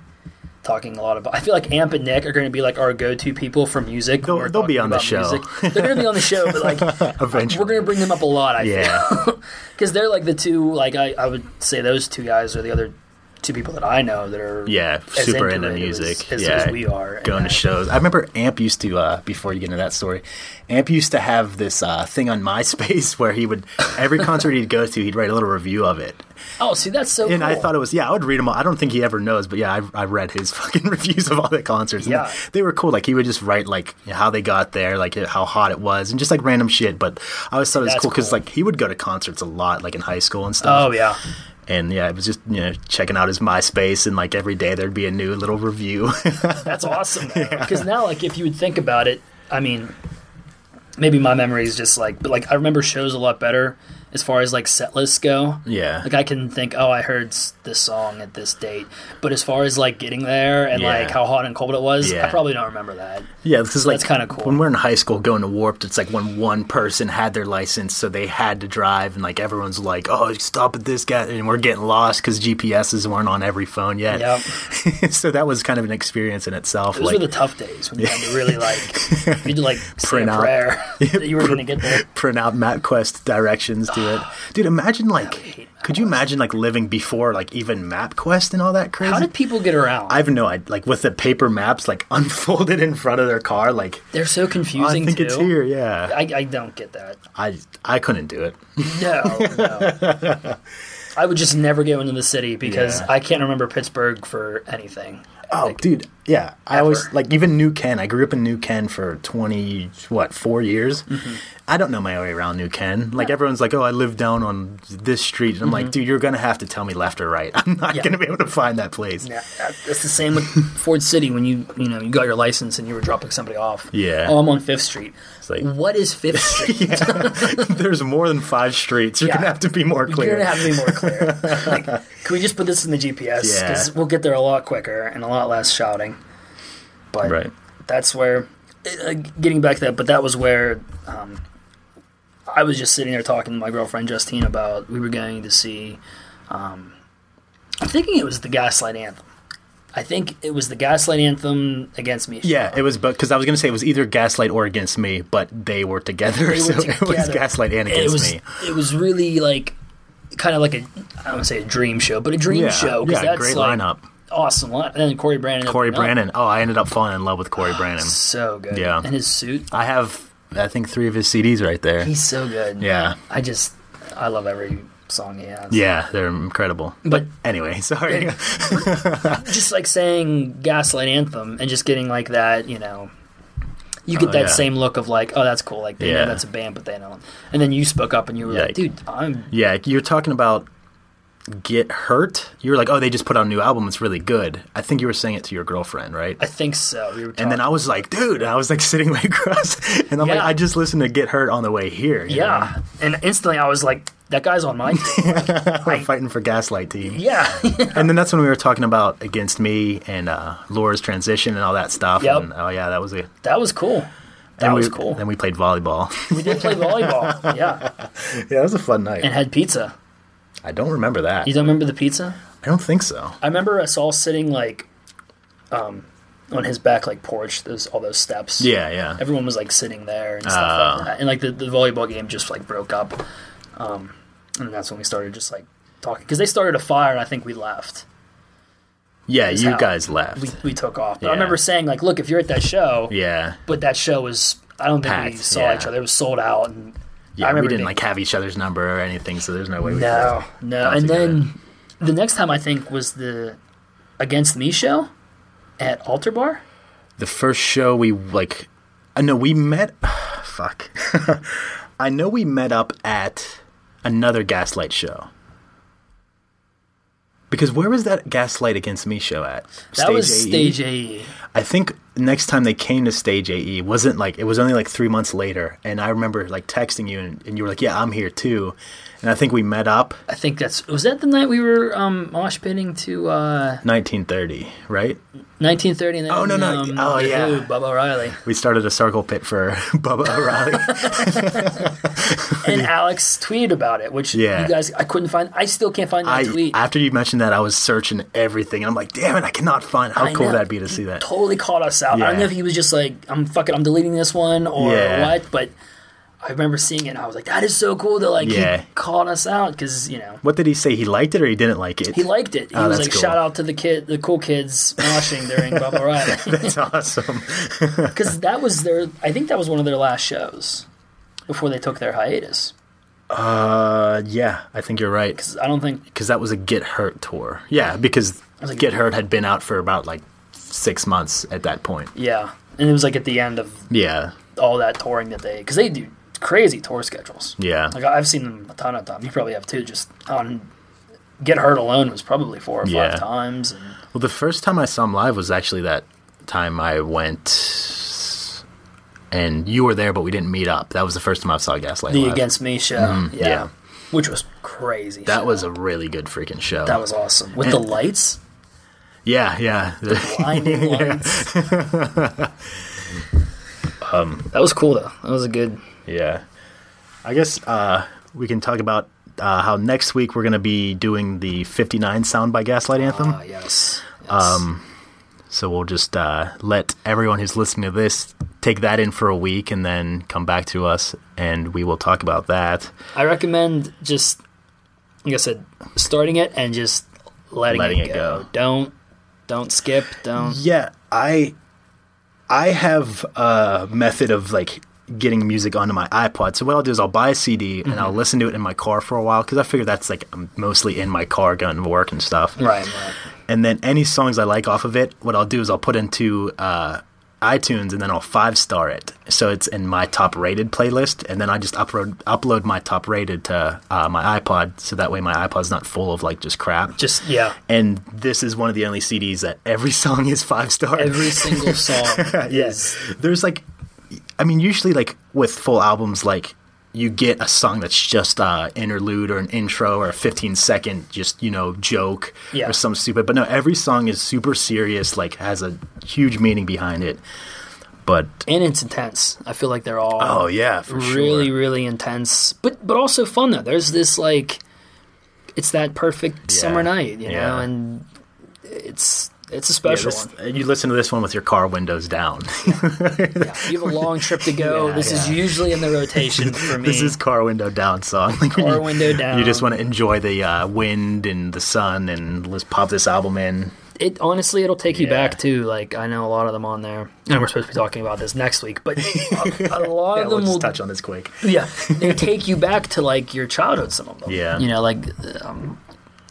S1: talking a lot about. I feel like Amp and Nick are going to be like our go-to people for music. when
S2: They'll-
S1: we're
S2: they'll be
S1: talking
S2: on the
S1: about
S2: show.
S1: Music. They're going to be on the show, but like
S2: Eventually.
S1: we're going to bring them up a lot. I feel.
S2: yeah.
S1: because they're like the two like I, I would say those two guys are the other two people that I know that are
S2: Yeah,
S1: as
S2: super
S1: into
S2: into
S1: it as-
S2: music.
S1: as,
S2: Yeah,
S1: as we are And
S2: going
S1: I-
S2: to shows. I remember Amp used to uh, before you get into that story. Amp used to have this uh, thing on MySpace where he would every concert he'd go to, he'd write a little review of it.
S1: oh see that's so
S2: And I
S1: cool.
S2: thought it was yeah, I would read them. All. I don't think he ever knows, but yeah, I, I read his fucking reviews of all the concerts. and
S1: Yeah.
S2: they were cool. Like he would just write like how they got there, like how hot it was, and just like random shit. But I always thought it was
S1: That's
S2: cool because
S1: cool.
S2: like he would go to concerts a lot, like in high school and stuff.
S1: oh yeah
S2: And yeah, it was just you know checking out his MySpace, and like every day there'd be a new little review.
S1: that's awesome because now like if you would think about it I mean maybe my memory is just like but like I remember shows a lot better as far as like set lists go
S2: yeah,
S1: like I can think oh I heard s- this song at this date but as far as like getting there and
S2: Yeah.
S1: like how hot and cold it was
S2: Yeah.
S1: I probably don't remember that
S2: Yeah, because like
S1: That's kinda cool.
S2: When we're in high school going to Warped, it's like when one person had their license, so they had to drive, and like everyone's like, "Oh, stop at this guy," and we're getting lost because GPSs weren't on every phone yet.
S1: Yep.
S2: so that was kind of an experience in itself.
S1: Those
S2: like
S1: were the tough days when you had to really like you had to like say a
S2: Print out.
S1: prayer that you were going to get there.
S2: print out MapQuest directions to it, dude. Imagine like, could you imagine like living before like even MapQuest and all that crazy?
S1: How did people get around?
S2: I've no idea. Like with the paper maps like unfolded in front of their car, like
S1: They're so confusing
S2: I think
S1: too.
S2: it's here. Yeah,
S1: I, I don't get that.
S2: I I couldn't do it.
S1: No, no. I would just never go into the city because
S2: Yeah.
S1: I can't remember Pittsburgh for anything.
S2: Oh, dude, yeah. I always like even New Ken. I grew up in New Ken for twenty what four years.
S1: Mm-hmm.
S2: I don't know my way around New Ken. Like everyone's like, oh, I live down on this street, and I'm like, dude, you're gonna have to tell me left or right. I'm not
S1: Mm-hmm. Yeah.
S2: gonna be able to find that place.
S1: Yeah, that- that's the same with Ford City when you you know you got your license and you were dropping somebody off.
S2: Yeah.
S1: Oh, I'm on Fifth Street.
S2: It's like-
S1: what is Fifth Street?
S2: There's more than five streets. You're
S1: Yeah.
S2: gonna have to be more
S1: You're
S2: clear.
S1: gonna have to be more clear. like, can we just put this in the GPS?
S2: Yeah.
S1: Because we'll get there a lot quicker and a lot less shouting. But
S2: right.
S1: that's where uh, getting back to that but that was where um, i was just sitting there talking to my girlfriend justine about we were going to see um, i'm thinking it was the gaslight anthem i think it was the gaslight anthem against me
S2: Yeah, it was, but because I was gonna say it was either Gaslight or Against Me, but they were together,
S1: were
S2: so it was
S1: together.
S2: Gaslight and Against
S1: it was
S2: Me.
S1: it was really like kind of like a i don't want to say a dream show but a dream
S2: Yeah,
S1: show because
S2: yeah,
S1: that's
S2: great
S1: like
S2: lineup.
S1: awesome line- and then corey brandon
S2: Corey
S1: opened up.
S2: Brandon. Oh, I ended up falling in love with
S1: Oh,
S2: Corey Brandon.
S1: so good
S2: Yeah.
S1: and his suit
S2: I have, I think, three of his CDs right there.
S1: he's so good
S2: yeah.
S1: i just i love every song he has
S2: Yeah, they're incredible.
S1: but
S2: Anyway, sorry.
S1: just like saying gaslight anthem and just getting like that you know you get
S2: Oh,
S1: that
S2: yeah.
S1: same look of like oh that's cool like they
S2: Yeah.
S1: know that's a band but they don't and then you spoke up and you were like
S2: Yike.
S1: dude i'm
S2: yeah, you're talking about Get Hurt, you were like, oh, they just put out a new album. It's really good. I think you were saying it to your girlfriend, right?
S1: I think so. We were
S2: and then I was like, dude, I was like sitting right across, and I'm like,
S1: Yeah.
S2: I just listened to Get Hurt on the way here. you
S1: yeah, and instantly I was like, that guy's on my team.
S2: know? We're fighting for Gaslight Team.
S1: yeah,
S2: And then that's when we were talking about Against Me and uh, Laura's transition and all that stuff.
S1: Yep.
S2: And, oh, yeah, that was a.
S1: that was cool. That
S2: then
S1: was
S2: we,
S1: cool.
S2: Then we played volleyball.
S1: we did play volleyball. Yeah,
S2: yeah, that was a fun night.
S1: and had pizza.
S2: I don't remember that.
S1: You don't remember the pizza?
S2: I don't think so.
S1: I remember us all sitting like, um, on his back like porch. Those all those steps.
S2: Yeah, Ah. yeah.
S1: everyone was like sitting there and stuff like that. And like the, the volleyball game just like broke up, um, and that's when we started just like talking because they started a fire and I think we left.
S2: yeah, you
S1: how-
S2: guys left.
S1: We, we took off. But I
S2: Yeah.
S1: remember saying like, look, if you're at that show,
S2: yeah.
S1: but that show was I don't think we
S2: Packed,
S1: saw
S2: yeah.
S1: each other. It was sold out, and
S2: Yeah,
S1: I remember
S2: we didn't
S1: being-
S2: like have each other's number or anything, so there's no way we
S1: no,
S2: could-
S1: no.
S2: not
S1: And
S2: together.
S1: then the next time I think was the Against Me show at Altar Bar.
S2: the first show we like I know we met fuck. I know we met up at another Gaslight show. Because where was that Gaslight Against Me show at? E?
S1: That was Stage E. AE.
S2: I think next time they came to stage AE wasn't like it was only like three months later, and I remember like texting you and, and you were like, "Yeah, I'm here too," and I think we met up
S1: I think that's was that the night we were um, mosh pitting to uh,
S2: 1930, right?
S1: 1930. And then,
S2: Oh, no, no.
S1: Um,
S2: Oh,
S1: the
S2: yeah.
S1: Who, Bubba O'Reilly
S2: We started a circle pit for Bubba O'Reilly.
S1: and Alex tweeted about it, which
S2: Yeah.
S1: you guys I couldn't find. I still can't find that
S2: I,
S1: tweet.
S2: after you mentioned that, I was searching everything, and I'm like, "Damn it, I cannot find." How
S1: I
S2: cool
S1: know.
S2: would that be to see that?
S1: totally caught us out. I don't
S2: Yeah.
S1: know if he was just like, I'm fucking, I'm deleting this one or
S2: Yeah.
S1: what, but I remember seeing it and I was like, that is so cool that like
S2: Yeah.
S1: he caught us out because you know
S2: What did he say? He liked it or he didn't like it?
S1: he liked it. He
S2: Oh,
S1: was
S2: that's
S1: like,
S2: cool.
S1: shout out to the kid, the cool kids moshing during Bubba Riley
S2: That's awesome.
S1: because that was their. I think that was one of their last shows before they took their hiatus.
S2: Uh, yeah, I think you're right.
S1: 'Cause I don't think
S2: because that was a Get Hurt tour. Yeah, because
S1: was like-
S2: Get Hurt had been out for about like six months at that point.
S1: yeah, and it was like at the end of
S2: Yeah,
S1: all that touring that they because they do crazy tour schedules.
S2: yeah,
S1: Like I've seen them a ton of times. You probably have too. Just on Get Hurt alone was probably four or five
S2: Yeah.
S1: times. And
S2: Well, the first time I saw him live was actually that time I went, and you were there, but we didn't meet up. That was the first time I saw Gaslight
S1: the
S2: live.
S1: Against Me show, yeah.
S2: Mm-hmm. yeah.
S1: which was crazy.
S2: that
S1: show.
S2: was a really good freaking show.
S1: that was awesome with the lights,
S2: yeah, yeah.
S1: blinding lights.
S2: Um,
S1: that was cool though. That was a good.
S2: Yeah. I guess uh, we can talk about uh, how next week we're going to be doing the 59 Sound by Gaslight Anthem.
S1: Ah, yes. Um,
S2: so we'll just uh, let everyone who's listening to this take that in for a week and then come back to us and we will talk about that.
S1: I recommend just like I said, starting it and just letting,
S2: Letting
S1: it,
S2: it
S1: go.
S2: go.
S1: Don't don't skip. Don't.
S2: Yeah, I I have a method of like getting music onto my iPod. So what I'll do is I'll buy a CD and
S1: Mm-hmm.
S2: I'll listen to it in my car for a while cuz I figure that's like I'm mostly in my car going to work and stuff.
S1: Right, right.
S2: and then any songs I like off of it, what I'll do is I'll put into uh, iTunes and then I'll five star it, so it's in my top rated playlist, and then I just upload upload my top rated to uh, my iPod, so that way my iPod's not full of like just crap.
S1: Just yeah.
S2: and this is one of the only CDs that every song is five star.
S1: Every single song.
S2: yes, there's like, I mean, usually like with full albums, like you get a song that's just uh interlude or an intro or a 15 second just you know joke
S1: Yeah.
S2: or some stupid but no every song is super serious like has a huge meaning behind it but
S1: and it's intense. I feel like they're all
S2: oh yeah for
S1: really,
S2: sure
S1: really intense, but but also fun though. There's this like, it's that perfect summer night, you know,
S2: Yeah.
S1: and it's it's a
S2: Yeah,
S1: special
S2: this- you listen to this one with your car windows down
S1: one. Yeah. You have a long trip to go.
S2: Yeah,
S1: this is
S2: yeah.
S1: usually in the rotation for me.
S2: this is car window down song Like, when
S1: Car
S2: you-
S1: window down.
S2: you just want to enjoy the uh, wind and the sun and let's pop this album in
S1: it honestly it'll take you
S2: Yeah.
S1: back to like I know a lot of them on there, and we're supposed to be talking about this next week, but a, a lot
S2: yeah,
S1: of
S2: we'll
S1: them will
S2: just touch on this quick
S1: yeah they take you back to like your childhood some of them
S2: Yeah.
S1: you know like um,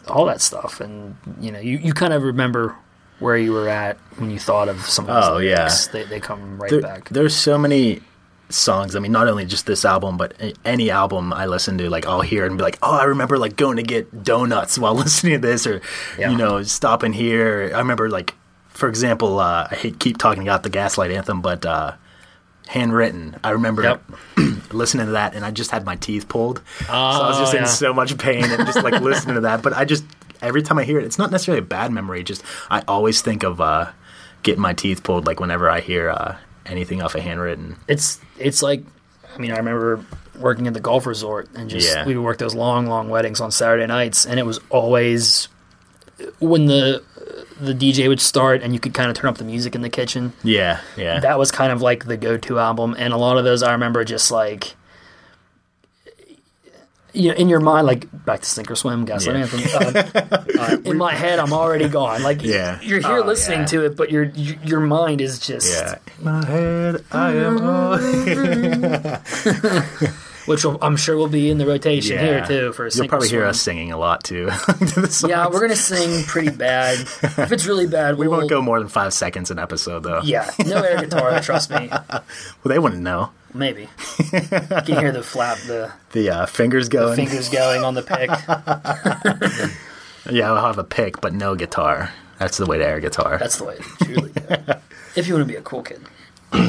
S1: all that stuff and you know you, you kind of remember where you were at when you thought of some of those
S2: Oh, yeah.
S1: lyrics. they, they come right
S2: There-
S1: back
S2: There's so many songs. I mean, not only just this album, but a- any album I listen to, like I'll hear and be like, oh, I remember like going to get donuts while listening to this, or
S1: Yeah.
S2: you know, stopping here. I remember like, for example, uh, I hate keep talking about the Gaslight Anthem, but uh, handwritten. I remember
S1: Yep.
S2: listening to that, and I just had my teeth pulled, so I was just
S1: Oh, yeah.
S2: in so much pain and just like listening to that. But I just every time I hear it, it's not necessarily a bad memory. Just I always think of uh, getting my teeth pulled, like whenever I hear uh, anything off of handwritten.
S1: it's it's like I mean, I remember working at the golf resort and just
S2: Yeah.
S1: we would work those long, long weddings on Saturday nights, and it was always when the the DJ would start and you could kind of turn up the music in the kitchen.
S2: Yeah, yeah,
S1: That was kind of like the go to album, and a lot of those I remember just like. You know, in your mind, like back to Sink or Swim, Gaslight
S2: Yeah.
S1: Anthem. Um, uh, in my head, I'm already gone. Like
S2: Yeah.
S1: you're here
S2: Oh,
S1: listening
S2: yeah.
S1: to it, but your your your mind is just
S2: yeah. In my head, I am. all-
S1: which will, I'm sure will be in the rotation
S2: Yeah.
S1: here too for a
S2: You'll
S1: Sink or
S2: probably hear
S1: Swim.
S2: us singing a lot too. to the
S1: Yeah,
S2: songs.
S1: we're gonna sing pretty bad. If it's really bad,
S2: We
S1: we'll,
S2: won't go more than five seconds an episode though.
S1: Yeah, no air guitar. trust me.
S2: Well, they wouldn't know.
S1: Maybe you can hear the flap, the
S2: The uh, fingers going.
S1: fingers going on the pick.
S2: Yeah, I'll have a pick, but no guitar. That's the way to air guitar.
S1: That's the way. to Truly, go. if you want to be a cool kid,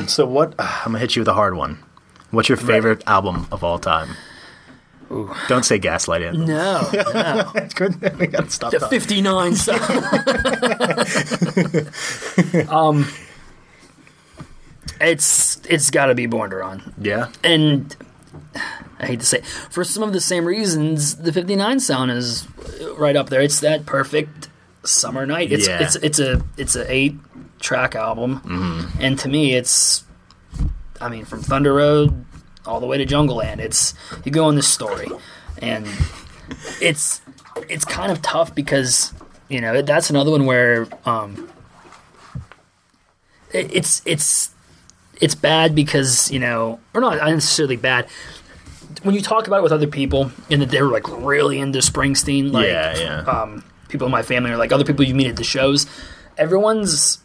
S2: So what? I'm gonna hit you with a hard one. What's your favorite album of all time? Don't say Gaslight Anthem.
S1: no, no.
S2: That's good. we gotta stop.
S1: the
S2: that.
S1: fifty nine song. um, it's it's got to be Born to Run.
S2: Yeah.
S1: and I hate to say, it, for some of the same reasons, the '59 sound is right up there. It's that perfect summer night. It's
S2: Yeah.
S1: it's it's a it's a eight track album, mm-hmm. and to me, it's I mean from Thunder Road all the way to Jungle Land. It's you go in this story, and it's it's kind of tough because you know that's another one where um, it, it's it's it's bad because you know, or not necessarily bad. When you talk about it with other people, and that they were like really into Springsteen, like
S2: yeah. Yeah.
S1: um, people in my family or like other people you meet at the shows, everyone's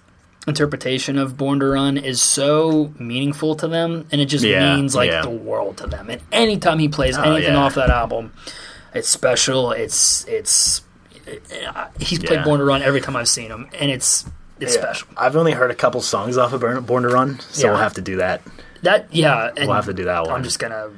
S1: interpretation of Born to Run is so meaningful to them, and it just
S2: Yeah,
S1: means like
S2: yeah. Oh,
S1: the world to them. And anytime he plays anything
S2: yeah.
S1: off that album, it's special. It's it's uh, he's played
S2: Yeah.
S1: Born to Run every time I've seen him, and it's it's special.
S2: I've only heard a couple songs off of Burn- Born to Run, so
S1: Yeah.
S2: we'll have to do that.
S1: That yeah, and
S2: We'll have to do that one.
S1: I'm just gonna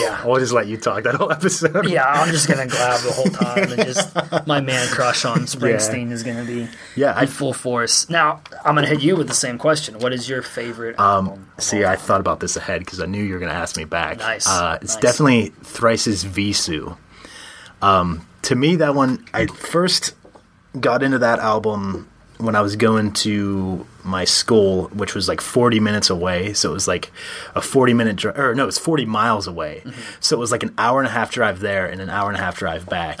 S1: yeah.
S2: We'll just let you talk that whole episode.
S1: Yeah, I'm just gonna glab the whole time, and just my man crush on Springsteen is gonna be
S2: Yeah, I-
S1: in full force. Now I'm gonna hit you with the same question. What is your favorite album?
S2: Um, See, I thought about this ahead because I knew you were going to ask me back.
S1: Nice,
S2: Uh, it's
S1: nice.
S2: definitely Thrice's Visu. Um, to me, that one, I first got into that album when I was going to my school, which was like 40 minutes away. So it was like a 40 minute drive, or no, it was 40 miles away. So it was like an hour and a half drive there and an hour and a half drive back.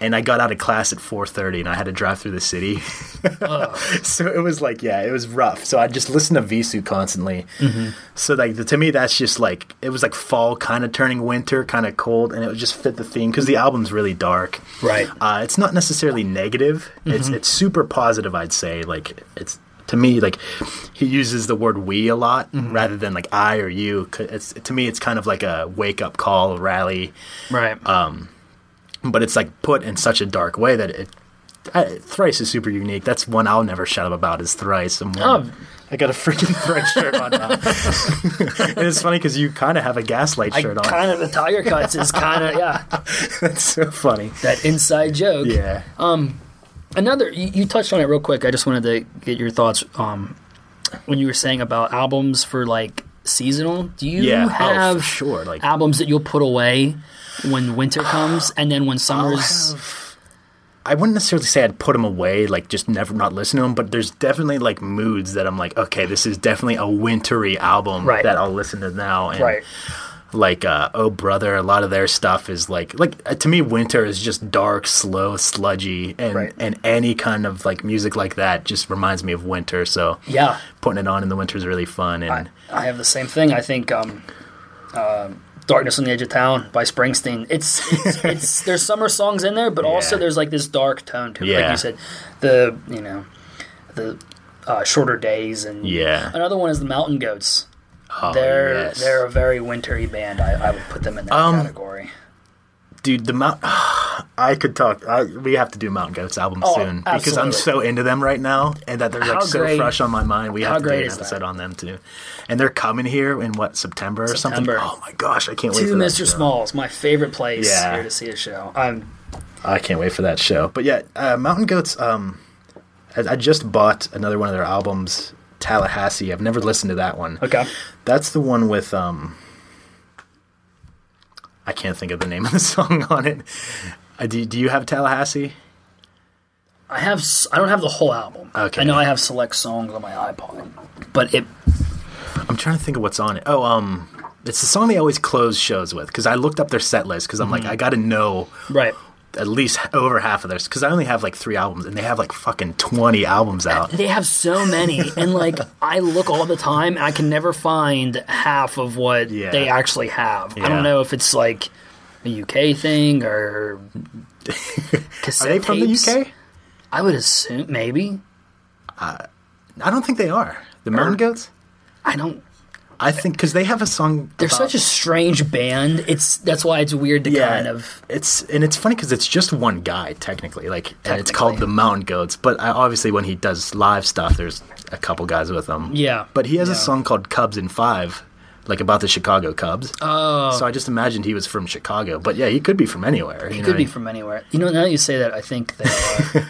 S2: and I got out of class at 4.30 and I had to drive through the city. so it was like yeah it was rough so i just listened to visu constantly so like the, to me that's just like it was like fall kind of turning winter kind of cold and it would just fit the theme because the album's really dark
S1: Right.
S2: uh, it's not necessarily negative it's
S1: Mm-hmm.
S2: it's super positive i'd say like it's to me like he uses the word we a lot
S1: Mm-hmm.
S2: rather than like i or you 'Cause it's to me it's kind of like a wake up call a rally
S1: Right.
S2: Um, but it's like put in such a dark way that it I, thrice is super unique. That's one I'll never shut up about is thrice. I'm wearing-
S1: Oh.
S2: I got a freaking thrice shirt on now. and it's funny because you kind of have a gaslight
S1: I
S2: shirt on.
S1: kind of the Tiger Cuts is kind of yeah
S2: That's so funny.
S1: that inside joke.
S2: Yeah.
S1: Um, Another you, you touched on it real quick. I just wanted to get your thoughts um, when you were saying about albums for like seasonal. Do you
S2: yeah. oh,
S1: have
S2: for sure. Like
S1: albums that you'll put away when winter comes, and then when summer's
S2: I wouldn't necessarily say I'd put them away, like just never not listen to them, but there's definitely like moods that I'm like, okay, this is definitely a wintry album
S1: Right.
S2: that I'll listen to now. And like uh, oh brother a lot of their stuff is like like uh, to me winter is just dark slow sludgy and
S1: Right.
S2: and any kind of like music like that just reminds me of winter so
S1: Yeah.
S2: putting it on in the winter is really fun and
S1: I have the same thing. I think um, uh, "Darkness on the Edge of Town" by Springsteen. It's it's, it's there's summer songs in there, but also
S2: Yeah.
S1: there's like this dark tone to it. Like
S2: Yeah.
S1: you said, the you know the uh, shorter days and
S2: Yeah.
S1: Another one is the Mountain Goats.
S2: Oh,
S1: they're
S2: yes.
S1: they're a very wintry band. I, I would put them in that
S2: Um,
S1: category.
S2: dude the mount i could talk I, we have to do mountain goats album
S1: Oh,
S2: soon because i'm
S1: absolutely.
S2: so into them right now and that they're like
S1: How
S2: so
S1: great-
S2: fresh on my mind we
S1: how
S2: have to do
S1: great
S2: an
S1: is that?
S2: episode on them too and they're coming here in what september or
S1: September.
S2: something oh my gosh i can't wait
S1: To
S2: for that
S1: Mr.
S2: show.
S1: Smalls, my favorite place
S2: Yeah.
S1: here to see a show. I'm
S2: i can't wait for that show but yeah uh, mountain goats um I, I just bought another one of their albums tallahassee i've never listened to that one
S1: okay.
S2: That's the one with um I can't think of the name of the song on it. I do, do you have Tallahassee?
S1: I have s- I don't have the whole album.
S2: Okay.
S1: I know I have select songs on my iPod, but it
S2: I'm trying to think of what's on it. Oh, um it's the song they always close shows with cuz I looked up their set list cuz I'm like I got to know
S1: right.
S2: at least over half of theirs cuz I only have like 3 albums and they have like fucking 20 albums out.
S1: They have so many, and like I look all the time, and I can never find half of what
S2: Yeah.
S1: they actually have. I
S2: Yeah.
S1: don't know if it's like a UK thing or
S2: Are
S1: cassette
S2: they from
S1: tapes.
S2: the UK?
S1: I would assume maybe.
S2: I don't think they are. The Mountain Goats?
S1: I don't.
S2: I think cuz they have a song
S1: They're
S2: about-
S1: such a strange band. It's that's why it's weird to
S2: yeah,
S1: kind of
S2: It's and it's funny because it's just one guy technically, like, and it's called the
S1: Technically.
S2: Mountain Goats. But I, obviously, when he does live stuff, there's a couple guys with him.
S1: Yeah,
S2: But he has a
S1: yeah.
S2: song called Cubs in Five, like about the Chicago Cubs.
S1: oh,
S2: so I just imagined he was from Chicago, but yeah, he could be from anywhere.
S1: It could be from anywhere. You know, now that you say that, I think that.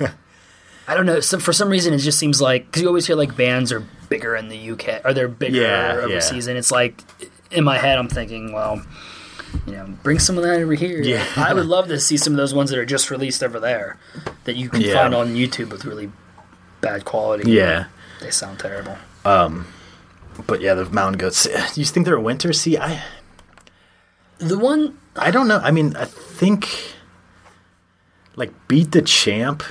S1: Uh, I don't know. Some, for some reason, it just seems like because you always hear like bands are bigger in the UK or they're bigger
S2: Yeah, yeah.
S1: overseas, and it's like in my head, I'm thinking, well, you know, bring some of that over here.
S2: Yeah.
S1: I would love to see some of those ones that are just released over there that you can
S2: Yeah.
S1: find on YouTube with really bad quality.
S2: Yeah.
S1: they sound terrible.
S2: But yeah, the Mountain Goats. You think they're a winter? See, I
S1: The one
S2: I don't know. I mean, I think like beat the champ.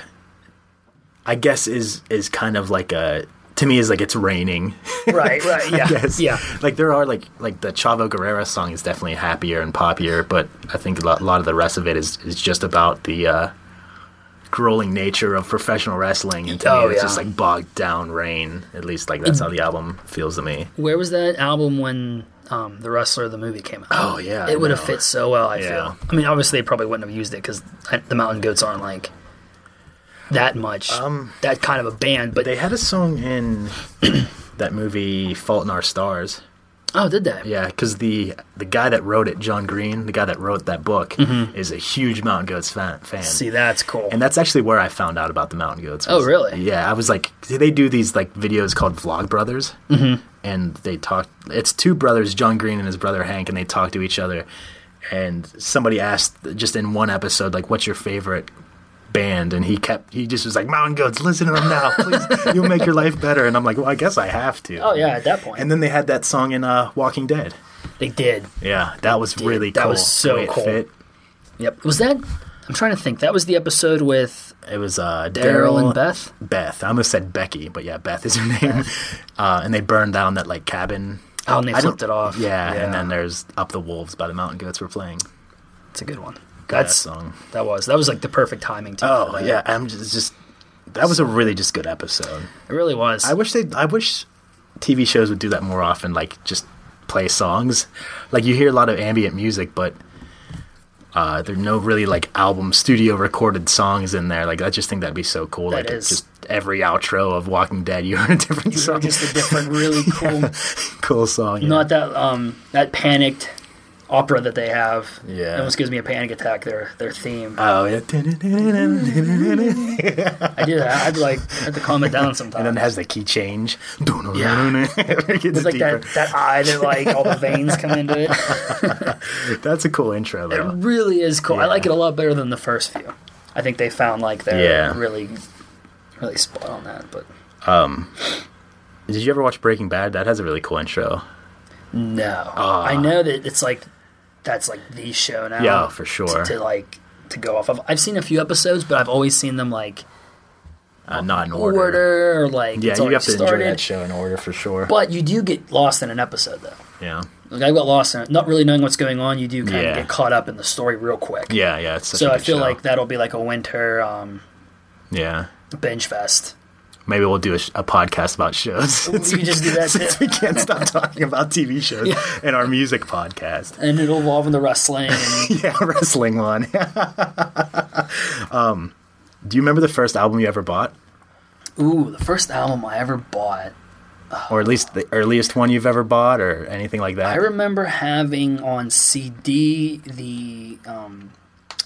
S2: I guess is is kind of like a to me is like it's raining.
S1: right, right, yeah,
S2: Yes.
S1: yeah.
S2: Like there are like like the Chavo Guerrera song is definitely happier and poppier, but I think a lot, a lot of the rest of it is is just about the uh, grueling nature of professional wrestling, and to
S1: Oh,
S2: me, it's
S1: yeah. Mm.
S2: just like bogged down rain. At least like that's how the album feels to me.
S1: Where was that album when um, the wrestler the movie came out?
S2: Oh, yeah, I
S1: it would have
S2: know.
S1: fit so well. I
S2: Yeah.
S1: feel. I mean, obviously they probably wouldn't have used it because the Mountain Goats aren't like that much that kind of a band. But
S2: Um, They had a song in that movie Fault in Our Stars.
S1: oh, did they?
S2: Yeah, because the the guy that wrote it, John Green, the guy that wrote that book, is a huge Mountain Goats fan. fan.
S1: Mm-hmm. See, that's cool.
S2: And that's actually where I found out about the Mountain Goats. was-
S1: Oh, really?
S2: Yeah, I was like, they do these like videos called Vlog Brothers,
S1: Mm-hmm.
S2: and they talk. It's two brothers, John Green and his brother Hank, and they talk to each other. And somebody asked just in one episode, like, "What's your favorite band?" And he kept, he just was like, "Mountain Goats." Listen to them now, please. You'll make your life better. And I'm like, well, I guess I have to.
S1: oh yeah, at that point
S2: And then they had that song in uh, Walking Dead.
S1: they did.
S2: Yeah, that was really
S1: that
S2: cool.
S1: was so
S2: the way it
S1: cool.
S2: fit.
S1: Yep. Was that? I'm trying to think. That was the episode with
S2: It was uh,
S1: Daryl and Beth.
S2: Beth. I almost said Becky, but yeah, Beth is her name. Uh, and they burned down that like cabin.
S1: Oh, and they
S2: I don't-
S1: flipped it off.
S2: Yeah, and then there's "Up the Wolves" by the Mountain Goats. We're playing
S1: it's a good one.
S2: that
S1: That's
S2: song.
S1: that was that was like the perfect timing. Too,
S2: Oh
S1: for that.
S2: yeah, I'm just, just that was a really just good episode.
S1: it really was.
S2: I wish they, I wish TV shows would do that more often. Like just play songs. Like you hear a lot of ambient music, but. Uh, there are no really like album studio recorded songs in there. Like I just think that'd be so cool.
S1: That
S2: like
S1: is-
S2: just every outro of Walking Dead, you heard a different
S1: They're
S2: song.
S1: just a different, really cool.
S2: cool song. yeah.
S1: Not that um that panicked opera that they have.
S2: Yeah.
S1: It almost gives me a panic attack. Their their theme.
S2: Oh, yeah. And
S1: I do that. I'd like I have to calm it down sometimes.
S2: then it has the key change.
S1: Yeah.
S2: It gets
S1: it's like
S2: deeper.
S1: that, that eye that like all the veins come into it.
S2: That's a cool intro,
S1: It
S2: though.
S1: really is cool. I like it a lot better than the first few. I think they found like they're
S2: Yeah.
S1: really really spot on that. But
S2: Did you ever watch Breaking Bad? That has a really cool intro.
S1: no,
S2: Ah.
S1: I know that it's like that's like the show now.
S2: Yeah, for
S1: to-
S2: sure.
S1: To, like to go off of. I've seen a few episodes, but I've always seen them like
S2: Uh, not in order.
S1: order, or like
S2: Yeah,
S1: it's
S2: you
S1: already
S2: have to
S1: started.
S2: enjoy that show in order for sure.
S1: But you do get lost in an episode, though.
S2: yeah.
S1: Like I got lost in it, not really knowing what's going on. You do kind
S2: Yeah.
S1: of get caught up in the story real quick.
S2: Yeah, yeah. It's such a
S1: So I
S2: good
S1: feel
S2: show.
S1: like that'll be like a winter um,
S2: Yeah.
S1: binge fest.
S2: Maybe we'll do a, sh- a podcast about shows. since
S1: could just do that
S2: Since
S1: too.
S2: we can't stop talking about TV shows and our music podcast.
S1: and it'll involve in the wrestling. And
S2: Yeah, wrestling one. um, do you remember the first album you ever bought,
S1: ooh, the first album I ever bought.
S2: or at least the earliest one you've ever bought, or anything like that?
S1: I remember having on CD the, um,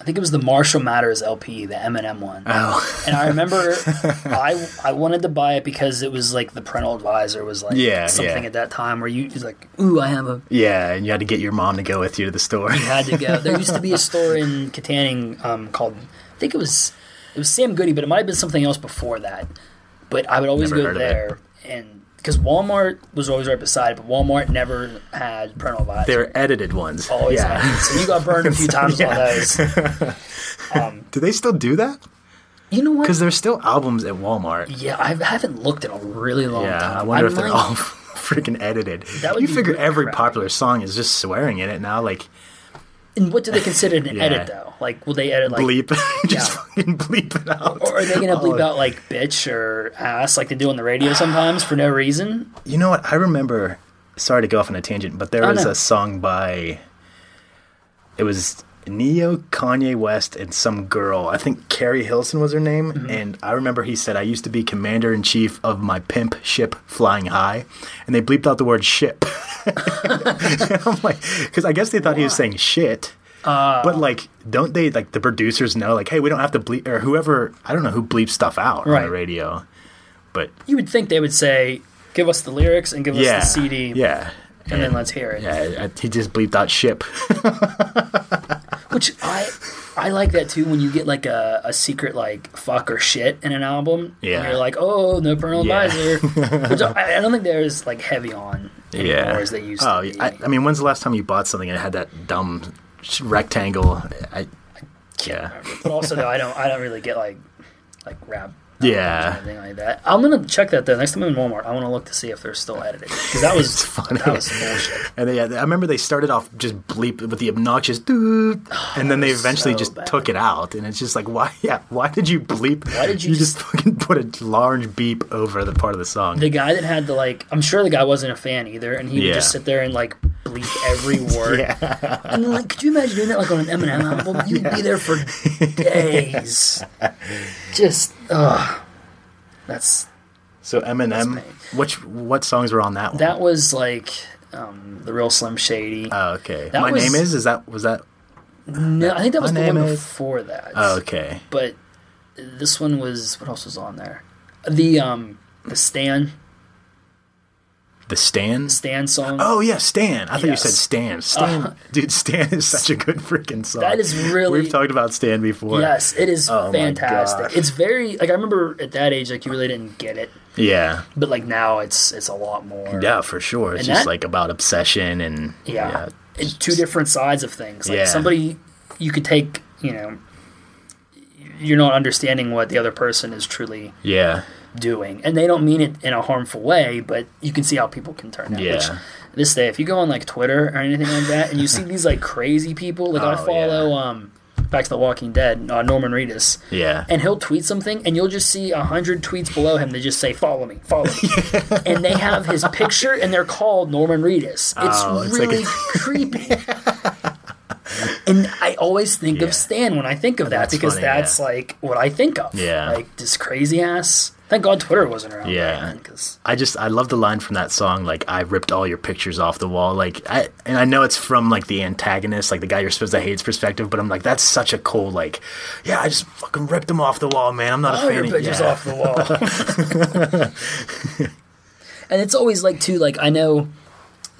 S1: I think it was the Marshall Matters LP, the Eminem one.
S2: oh,
S1: and I remember I I wanted to buy it because it was like the parental advisor was like
S2: Yeah,
S1: something
S2: yeah.
S1: at that time where you was like, ooh, I have a
S2: yeah, and you had to get your mom to go with you to the store.
S1: had to go. There used to be a store in Katanning um, called I think it was it was Sam Goody, but it might have been something else before that. But I would always
S2: Never
S1: go
S2: heard of
S1: there and because Walmart was always right beside it, but Walmart never had parental advisor.
S2: They're edited ones.
S1: always
S2: yeah.
S1: had it. So you got burned a few times on
S2: Yeah.
S1: those.
S2: Do they still do that?
S1: You know what?
S2: Because there's still albums at Walmart.
S1: Yeah, I haven't looked in a really long time.
S2: Yeah, I wonder if they're
S1: might-
S2: all freaking edited.
S1: That would
S2: you
S1: be
S2: figure
S1: really
S2: every
S1: crappy.
S2: popular song is just swearing in it now, like
S1: And what do they consider an
S2: Yeah.
S1: edit though? Like, will they edit like
S2: bleep, just
S1: Yeah.
S2: fucking bleep it out. Oh,
S1: Or are they going to
S2: All of
S1: bleep out like bitch or ass like they do on the radio sometimes for no reason?
S2: You know what? I remember. Sorry to go off on a tangent, but there
S1: Oh,
S2: was
S1: no.
S2: a song by. It was Neo, Kanye West, and some girl. I think Carrie Hilson was her name.
S1: Mm-hmm.
S2: And I remember he said, "I used to be commander in chief of my pimp ship flying high," and they bleeped out the word "ship." And I'm like, because I guess they thought he was saying shit.
S1: Oh.
S2: but like, don't they like the producers know? Like, hey, we don't have to bleep or whoever. I don't know who bleeps stuff out on
S1: Right.
S2: the radio, but
S1: You would think they would say, give us the lyrics and give
S2: yeah,
S1: us the CD
S2: yeah,
S1: and then let's hear it.
S2: Yeah, I- he just bleeped out ship.
S1: Which I I like that too when you get like a, a secret like fuck or shit in an album.
S2: Yeah.
S1: And you're like, oh, no parental
S2: Yeah.
S1: advisor. Which I, I don't think they're as like heavy on anymore as they used
S2: oh,
S1: to be.
S2: I, I mean, when's the last time you bought something and it had that dumb sh- rectangle? I, yeah.
S1: but also though, I don't I don't really get like like rap.
S2: Yeah.
S1: Anything like that. I'm gonna check that though. Next time I'm in Walmart, I want to look to see if they're still edited because that was
S2: funny.
S1: That was bullshit.
S2: And they, yeah, I remember they started off just bleep with the obnoxious dude, and then they
S1: Oh, was
S2: eventually
S1: so
S2: just
S1: bad.
S2: took it out. And it's just like, why? Yeah, why did you bleep?
S1: Why did you
S2: just, fucking put a large beep over the part of the song?
S1: The guy that had the like, I'm sure the guy wasn't a fan either, and he would
S2: Yeah.
S1: just sit there and like bleep every word. And then, like, could you imagine doing that like on an Eminem album? You'd be there for days. just, ugh. That's
S2: so Eminem, which what songs were on that one?
S1: that was like um, the real Slim Shady.
S2: oh, okay.
S1: that
S2: My
S1: was-
S2: name is. Is that was that?
S1: no, I think that was the
S2: name
S1: one
S2: is-
S1: before that.
S2: Oh, okay.
S1: but this one was what else was on there? The um the Stan
S2: The Stand.
S1: Stan song.
S2: Oh yeah, Stan. I
S1: Yes.
S2: thought
S1: Uh-huh.
S2: you said Stan. Stan, dude, Stan is such a good freaking song.
S1: That is really-
S2: We've talked about Stan before.
S1: Yes, it is
S2: Oh my
S1: fantastic.
S2: gosh.
S1: It's very like I remember at that age, like you really didn't get it,
S2: Yeah.
S1: but like now it's it's a lot more.
S2: Yeah, for sure. It's
S1: And
S2: just
S1: that-
S2: like about obsession and
S1: yeah, It's two different sides of things. Like
S2: Yeah.
S1: somebody you could take, you know, you're not understanding what the other person is truly
S2: yeah,
S1: doing, and they don't mean it in a harmful way, but you can see how people can turn out. Which,
S2: Yeah.
S1: this day, if you go on like Twitter or anything like that, and you see these like crazy people, like I
S2: Oh,
S1: follow um back to The Walking Dead, uh, Norman Reedus.
S2: yeah.
S1: and he'll tweet something, and you'll just see a hundred tweets below him that just say "Follow me, follow me," and they have his picture, and they're called Norman Reedus. It's
S2: Oh, it's like
S1: really creepy. and I always think
S2: Yeah.
S1: of Stan when I think of that
S2: That's
S1: because
S2: funny,
S1: that's
S2: yeah.
S1: like what I think of.
S2: Yeah.
S1: like this crazy ass. Thank God Twitter wasn't around.
S2: Yeah.
S1: back then, 'cause-
S2: I just I love the line from that song like I ripped all your pictures off the wall like I and I know it's from like the antagonist like the guy you're supposed to hate's perspective but I'm like that's such a cool like yeah I just fucking ripped them off the wall man I'm not a
S1: Oh,
S2: fan
S1: your
S2: of
S1: picture's
S2: yeah.
S1: off the wall. and it's always like too, like I know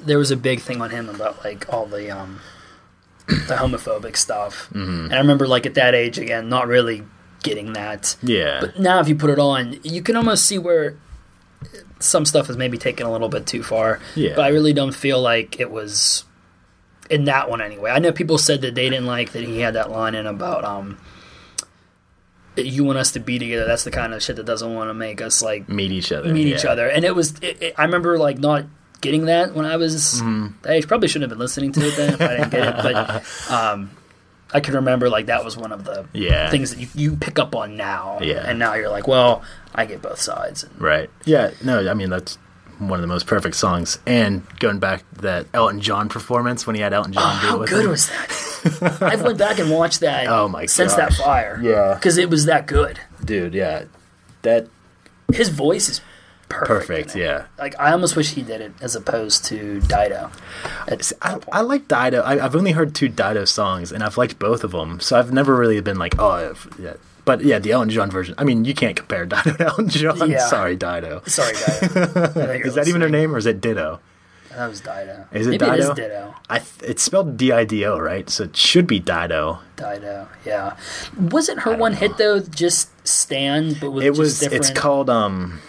S1: there was a big thing on him about like all the um the homophobic stuff. Mm-hmm. And I remember like at that age again, not really getting that.
S2: yeah
S1: But now if you put it on, you can almost see where some stuff is maybe taken a little bit too far.
S2: Yeah.
S1: But I really don't feel like it was in that one anyway. I know people said that they didn't like that he had that line in about um you want us to be together. That's the kind of shit that doesn't want to make us like
S2: meet each other
S1: meet
S2: yeah.
S1: each other. And it was, it, it, I remember like not getting
S2: Mm-hmm.
S1: that when I was that age. Probably shouldn't have been listening to it then if I didn't get it. But um, I can remember like that was one of the
S2: Yeah.
S1: things that you, you pick up on now.
S2: Yeah.
S1: And now you're like, well, I get both sides. And
S2: Right. Yeah. No, I mean that's one of the most perfect songs. And going back to that Elton John performance when he had Elton John do it
S1: Oh, how
S2: with
S1: good
S2: him.
S1: was that? I've went back and watched that.
S2: Oh my
S1: Since that
S2: gosh.
S1: fire.
S2: Yeah.
S1: Because it was that good.
S2: Dude, yeah. That
S1: His voice is perfect.
S2: perfect,
S1: in it.
S2: yeah.
S1: Like I almost wish he did it as opposed to Dido. It's-
S2: I, I like Dido. I, I've only heard two Dido songs, and I've liked both of them. So I've never really been like, oh, if- yeah. But yeah, the Elton John version. I mean, you can't compare Dido to Elton John.
S1: Yeah.
S2: Sorry, Dido.
S1: Sorry, Dido.
S2: Is that even her name, or is it Ditto?
S1: That was Dido.
S2: Is it
S1: Maybe it is
S2: Dido?
S1: Dido.
S2: I th- it's spelled D I D O, right? So it should be Dido.
S1: Dido. Yeah. Wasn't her one hit though just Stan, but with
S2: It
S1: just
S2: was.
S1: different?
S2: It's called um,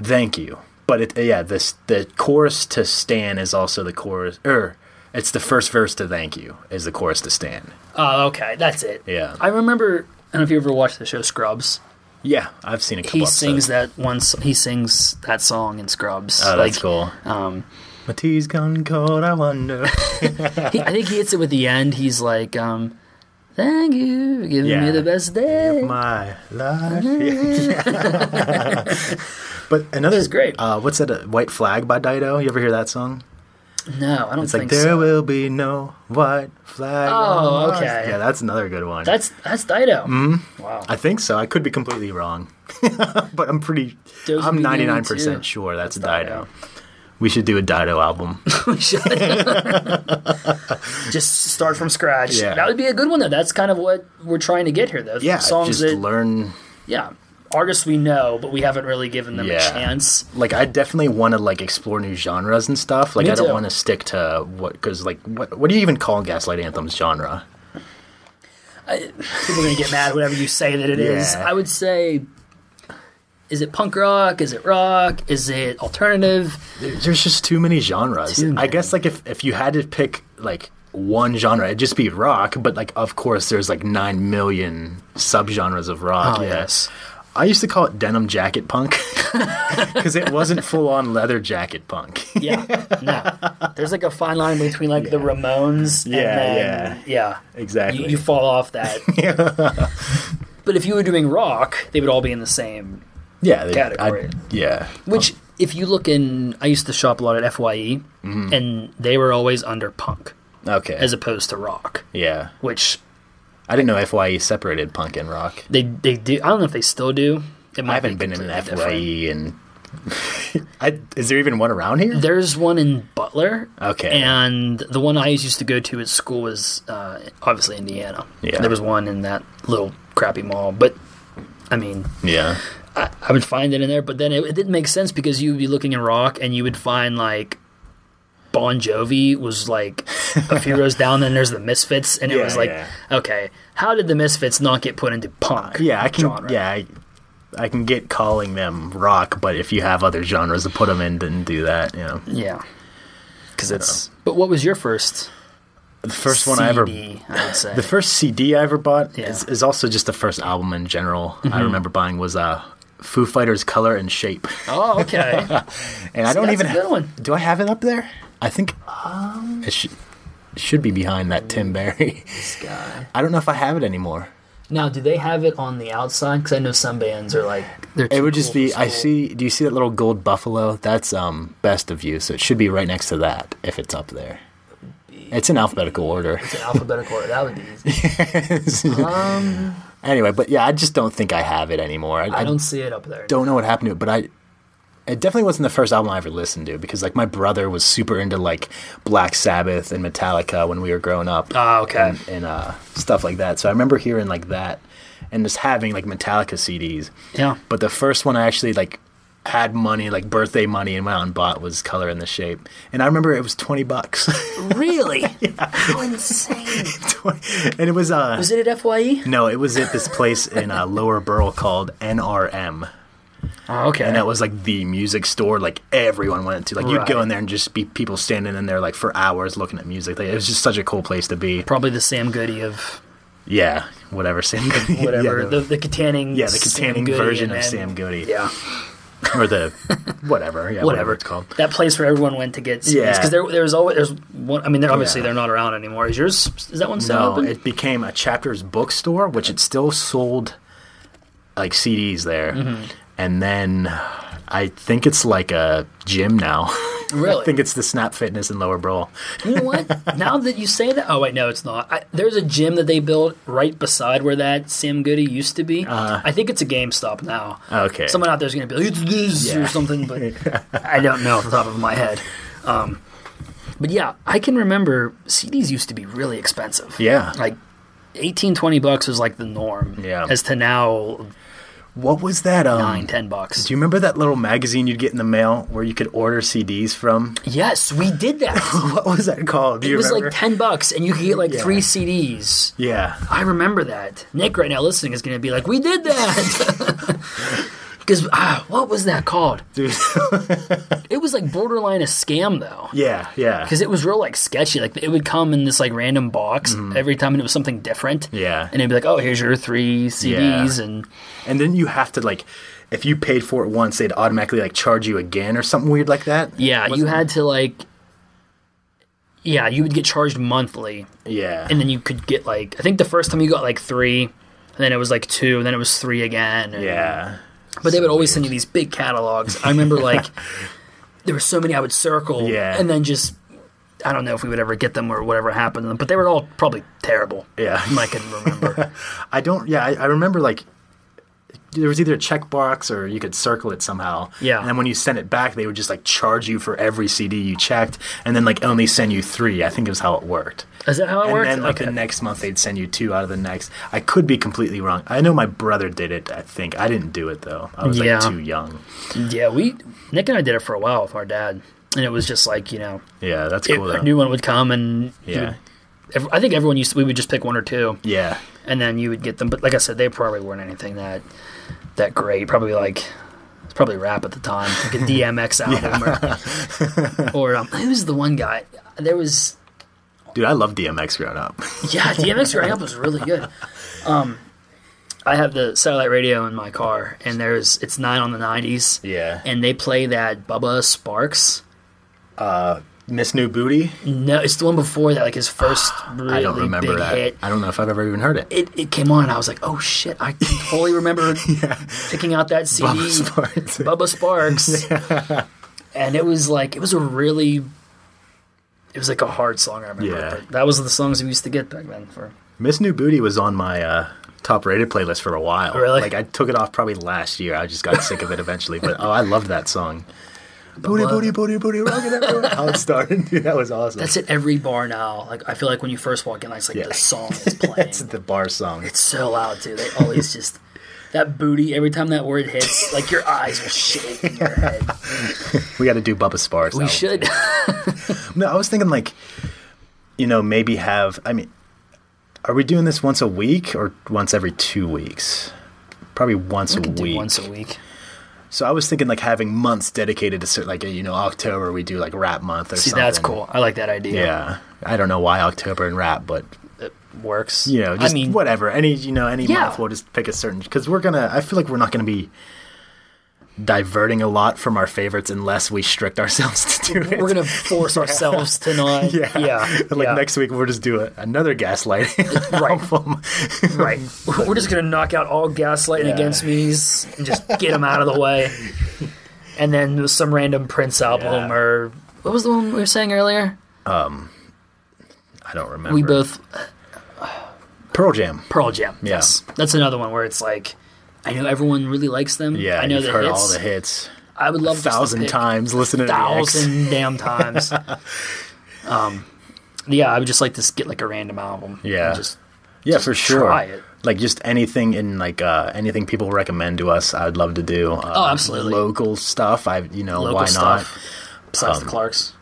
S2: thank you. But it yeah, this the chorus to Stan is also the chorus. Or it's the first verse to thank you is the chorus to Stan.
S1: Oh, okay, that's it.
S2: Yeah.
S1: I remember. I don't know if you ever watched the show Scrubs.
S2: Yeah, I've seen a couple.
S1: He sings
S2: episodes.
S1: that one. s- He sings that song in Scrubs.
S2: Oh, that's
S1: Like,
S2: cool.
S1: Um,
S2: My tea's gone cold. I wonder.
S1: he, I think he hits it with the end. He's like, um, "Thank you, for giving me
S2: Yeah.
S1: the best day."
S2: my life. but
S1: Mm-hmm.
S2: another
S1: is great.
S2: Uh, what's that? Uh, White Flag by Dido. You ever hear that song?
S1: no, I don't
S2: It's like
S1: think
S2: there
S1: so.
S2: will be no white flag.
S1: Oh,
S2: on Mars."
S1: okay.
S2: Yeah, that's another good one.
S1: That's that's Dido. Mm-hmm. Wow.
S2: I think so. I could be completely wrong, but I'm pretty.
S1: Those would
S2: I'm
S1: be the only
S2: 99
S1: two.
S2: percent sure that's, Dido.
S1: Dido.
S2: We should do a Dido album.
S1: just start from scratch.
S2: Yeah.
S1: That would be a good one though. That's kind of what we're trying to get here though.
S2: yeah,
S1: songs
S2: just
S1: that
S2: learn.
S1: yeah, artists we know, but we haven't really given them a
S2: Yeah.
S1: chance.
S2: Like I definitely want to like explore new genres and stuff. Like
S1: Me
S2: I
S1: too.
S2: don't want to stick to what because like what what do you even call Gaslight Anthem's genre?
S1: people are gonna get mad whenever you say that it is.
S2: Yeah.
S1: I would say, is it punk rock? Is it rock? Is it alternative?
S2: There's just too many genres.
S1: Too
S2: I
S1: many.
S2: guess like if if you had to pick like one genre, it'd just be rock. But like of course there's like nine million subgenres of rock.
S1: Oh,
S2: yeah.
S1: yes.
S2: I used to call it denim jacket punk because it wasn't full on leather jacket punk.
S1: Yeah, no. There's like a fine line between like the Ramones.
S2: Yeah,
S1: and then, yeah,
S2: Exactly.
S1: You, you fall off that. But if you were doing rock, they would all be in the same.
S2: yeah, they-
S1: Category.
S2: I- yeah,
S1: Which, if you look in, I used to shop a lot at Fye,
S2: Mm-hmm.
S1: and they were always under punk
S2: okay.
S1: as opposed to rock,
S2: yeah,
S1: which
S2: I didn't know Fye separated punk and rock.
S1: they they do. I don't know if they still do. It might
S2: I haven't
S1: be
S2: been in an
S1: completely different.
S2: Fye and. I, is there even one around here?
S1: There's one in Butler.
S2: Okay.
S1: And the one I used to go to at school was uh, obviously Indiana.
S2: Yeah.
S1: There was one in that little crappy mall, but I mean,
S2: yeah.
S1: I, I would find it in there. But then it, it didn't make sense because you would be looking in rock and you would find like Bon Jovi was like a few rows down. Then there's the Misfits, and it
S2: Yeah,
S1: was like,
S2: yeah.
S1: okay, how did the Misfits not get put into punk?
S2: Yeah, I can.
S1: genre?
S2: Yeah, I, I can get calling them rock, but if you have other genres to put them in, then do that. You know,
S1: yeah. Because it's. But what was your first?
S2: the first Uh, one I ever,
S1: CD, I would say.
S2: the first CD I ever bought
S1: Yeah. Mm-hmm.
S2: is, is also just the first album in general. I remember buying was uh, Foo Fighters' Color and Shape,
S1: oh, okay.
S2: and I don't
S1: that's
S2: even
S1: a Um, good
S2: ha-
S1: one.
S2: do I have it up there? I think it should should be behind that Tim Barry.
S1: guy.
S2: I don't know if I have it anymore.
S1: Now, do they have it on the outside? Because I know some bands are like they're.
S2: It would just be I see. Do you see that little gold buffalo? That's um best of you. So it should be right next to that if it's up there. It's in alphabetical order.
S1: alphabetical. That would be easy.
S2: anyway, but yeah, I just don't think I have it anymore. I,
S1: Um, I don't see it up there.
S2: don't know what happened to it, but I. It definitely wasn't the first album I ever listened to because like my brother was super into like Black Sabbath and Metallica when we were growing up.
S1: Ah, okay.
S2: and, and uh, stuff like that. So I remember hearing like that, and just having like Metallica CDs.
S1: Yeah.
S2: But the first one I actually like had money, like birthday money, and went out and bought was Color in the Shape, and I remember it was twenty bucks,
S1: Really? How insane!
S2: and it was uh
S1: Was it at E? Fye?
S2: no, it was at this place in uh, Lower Borough called NRM.
S1: Oh, okay.
S2: And that was like the music store, like everyone went to. Like you'd go
S1: Right.
S2: in there and just be people standing in there like for hours looking at music. Like, it was just such a cool place to be.
S1: Probably the Sam Goody of
S2: Yeah, whatever Sam. Goody-
S1: whatever
S2: yeah,
S1: the the, the Katanning.
S2: yeah, the
S1: Sam
S2: Katanning
S1: Goody
S2: version
S1: and
S2: of
S1: then-
S2: Sam Goody.
S1: Yeah.
S2: or the whatever, yeah, whatever,
S1: Whatever.
S2: it's called.
S1: That place where everyone went to get CDs.
S2: Yeah.
S1: Because there, there's always there's one. I mean, they're obviously
S2: Yeah.
S1: they're not around anymore. Is yours? Is that one still
S2: No,
S1: open?
S2: it became a chapters bookstore, which it still sold like CDs there,
S1: Mm-hmm.
S2: and then I think it's like a gym now.
S1: really?
S2: I think it's the Snap Fitness in Lower Browl.
S1: you know what? now that you say that, oh wait, no, it's not. I, there's a gym that they built right beside where that Sam Goody used to be. I think it's a GameStop now.
S2: Uh-huh. Okay.
S1: Someone out there's gonna be like, it's this or
S2: Yeah.
S1: something, but I don't know off the top of my head. Um, but yeah, I can remember CDs used to be really expensive.
S2: Yeah.
S1: Like 18, 20 bucks was like the norm.
S2: Yeah.
S1: As to now,
S2: What was that? Um,
S1: nine, ten bucks.
S2: Do you remember that little magazine you'd get in the mail where you could order CDs from?
S1: Yes, we did that.
S2: What was that called? Do
S1: it
S2: you
S1: was
S2: remember?
S1: like ten bucks, and you could get like
S2: Yeah.
S1: three CDs.
S2: yeah.
S1: I remember that. Nick, right now listening, is going to be like, "We did that." Because what was that called?
S2: Dude.
S1: It was like borderline a scam though.
S2: yeah, yeah.
S1: Because it was real like sketchy. Like it would come in this like random box every time, and it was something different.
S2: Mm-hmm. Yeah.
S1: and it'd be like, "Oh, here's your three CDs," and
S2: And then you have to like if you paid for it once, they'd automatically like charge you again or something weird like that.
S1: yeah, you
S2: Wasn't-
S1: had to like, yeah, you would get charged monthly.
S2: Yeah.
S1: and then you could get like I think the first time you got like three, and then it was like two, and then it was three again. and-
S2: yeah.
S1: But they would always send you these big catalogs. I remember like there were so many I would circle,
S2: Yeah.
S1: and then just I don't know if we would ever get them or whatever happened to them, but they were all probably terrible.
S2: Yeah.
S1: from I can remember.
S2: I don't yeah, I, I remember like there was either a checkbox or you could circle it somehow.
S1: Yeah.
S2: And then when you sent it back, they would just like charge you for every CD you checked and then like only send you three. I think is how it worked.
S1: Is that how it
S2: and
S1: worked?
S2: then like
S1: Okay.
S2: the next month they'd send you two out of the next. I could be completely wrong. I know my brother did it. I think I didn't do it though. I was
S1: Yeah.
S2: like too young.
S1: yeah, we Nick and I did it for a while with our dad, and it was just like you know
S2: Yeah, that's
S1: it,
S2: cool.
S1: a
S2: though.
S1: new one would come and you
S2: Yeah.
S1: would- ev- I think everyone used to, we would just pick one or two.
S2: yeah,
S1: and then you would get them. But like I said, they probably weren't anything that that great. Probably like it's probably rap at the time, like a DMX album, or, or um, who's the one guy? There was
S2: dude, I love DMX growing up.
S1: yeah, DMX growing up was really good. Um, I have the satellite radio in my car, and there's it's nine on the nineties.
S2: Yeah.
S1: and they play that Bubba Sparks.
S2: Miss New Booty.
S1: No, it's the one before that, like his first really
S2: I don't remember
S1: big
S2: that.
S1: hit.
S2: I don't know if I've ever even heard it.
S1: It, it came on, and I was like, oh shit, I totally remember picking out that CD.
S2: Bubba Sparks.
S1: Bubba Sparks. And it was like it was a really it was like a hard song I remember.
S2: Yeah.
S1: But that was the songs we used to get back then for
S2: Miss New Booty was on my uh, top rated playlist for a while.
S1: Really?
S2: Like I took it off probably last year. I just got sick of it eventually. But oh, I loved that song. Booty, booty, booty, booty, rocking everywhere. How it started, dude. That was awesome.
S1: that's at every bar now. Like I feel like when you first walk in, like, it's like
S2: Yeah.
S1: the song is playing.
S2: It's the bar song.
S1: it's so loud too. They always just that booty, every time that word hits, like your eyes will shake in your head.
S2: We got to do Bubba Sparks.
S1: We
S2: album.
S1: should
S2: No, I was thinking like, you know, maybe have. I mean, are we doing this once a week or once every two weeks? Probably once a
S1: do
S2: week.
S1: once a week.
S2: So I was thinking like having months dedicated to certain, like you know October we do like rap month or
S1: See,
S2: something.
S1: that's cool. I like that idea.
S2: Yeah, I don't know why October and rap, but
S1: Works.
S2: you know, just
S1: I mean
S2: whatever. Any you know, any
S1: Yeah.
S2: month we'll just pick a certain because we're gonna. I feel like we're not gonna be diverting a lot from our favorites unless we strict ourselves to do it.
S1: we're gonna force ourselves to not
S2: Yeah.
S1: yeah.
S2: like
S1: yeah.
S2: next week, we'll just do a, another gaslighting
S1: Right.
S2: album.
S1: Right. We're just going to knock out all gaslighting
S2: Yeah.
S1: against me's and just get them out of the way. And then with some random Prince album
S2: Yeah.
S1: or what was the one we were saying earlier?
S2: I don't remember.
S1: We both
S2: Pearl Jam.
S1: Pearl Jam.
S2: Yeah.
S1: Yes. That's another one where it's like I know everyone really likes them.
S2: Yeah,
S1: I know
S2: you've
S1: the
S2: heard
S1: hits.
S2: all the hits
S1: I would love just to
S2: thousand
S1: pick
S2: times. Listen to the X.
S1: thousand damn times. um, yeah, I would just like to s- get like a random album. and
S2: Yeah.
S1: just
S2: Yeah, for sure.
S1: try it.
S2: Like just anything in like uh, anything people recommend to us, I'd love to do. Uh,
S1: Oh, absolutely.
S2: Local stuff. I you know
S1: local
S2: why Um,
S1: stuff. Besides the Clarks.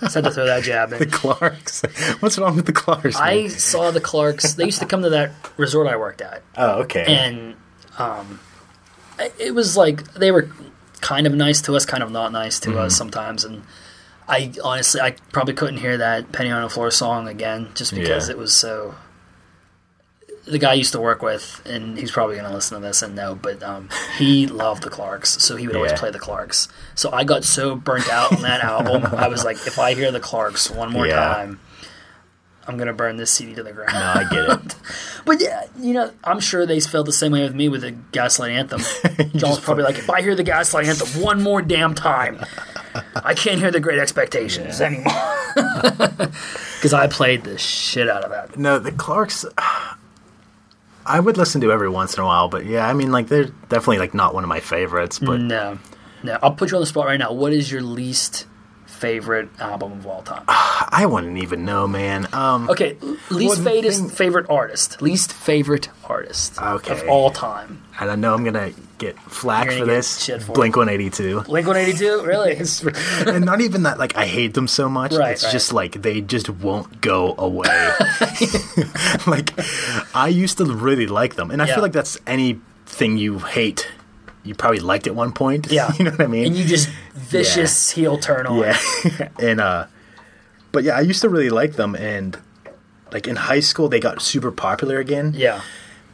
S1: Just had to throw that jab in.
S2: not Clark's. What's wrong with the Clark's?
S1: I
S2: man?
S1: saw the Clarks. They used to come to that resort I worked at,
S2: oh okay.
S1: and um, I- it was like they were kind of nice to us, kind of not nice to
S2: Mm-hmm.
S1: us sometimes. And I honestly, I probably couldn't hear that Penny on the Floor song again just because
S2: Yeah.
S1: it was so. the guy I used to work with, and he's probably going to listen to this and know, but um, he loved the Clarks, so he would always
S2: Yeah.
S1: play the Clarks. So I got so burnt out on that album, I was like, if I hear the Clarks one more
S2: Yeah.
S1: time, I'm going to burn this CD to the ground.
S2: I get it.
S1: But yeah, you know, I'm sure they felt the same way with me with the Gaslight Anthem. John's probably like, if I hear the Gaslight Anthem one more damn time, I can't hear the Great Expectations anymore. Because I played the shit out of that.
S2: No, the Clarks. I would listen to every once in a while, but yeah, I mean, like they're definitely like not one of my favorites. But
S1: No, no. uh, I'll put you on the spot right now. What is your least favorite album of all time?
S2: I wouldn't even know, man. Um,
S1: Okay, least
S2: the
S1: favorite
S2: thing-
S1: favorite artist. Least favorite artist of
S2: Okay.
S1: all time.
S2: and I know I'm gonna get flack
S1: You're
S2: for
S1: gonna get
S2: this.
S1: shit for
S2: Blink 182.
S1: Blink One Eighty Two. Really?
S2: and not even that like I hate them so much.
S1: Right,
S2: it's
S1: right.
S2: just like they just won't go away. like I used to really like them, and I
S1: Yeah.
S2: feel like that's anything you hate, you probably liked at one point.
S1: Yeah.
S2: you know what I mean.
S1: and you just vicious heel turn on.
S2: yeah, and uh, but yeah, I used to really like them, and like in high school they got super popular again
S1: Yeah.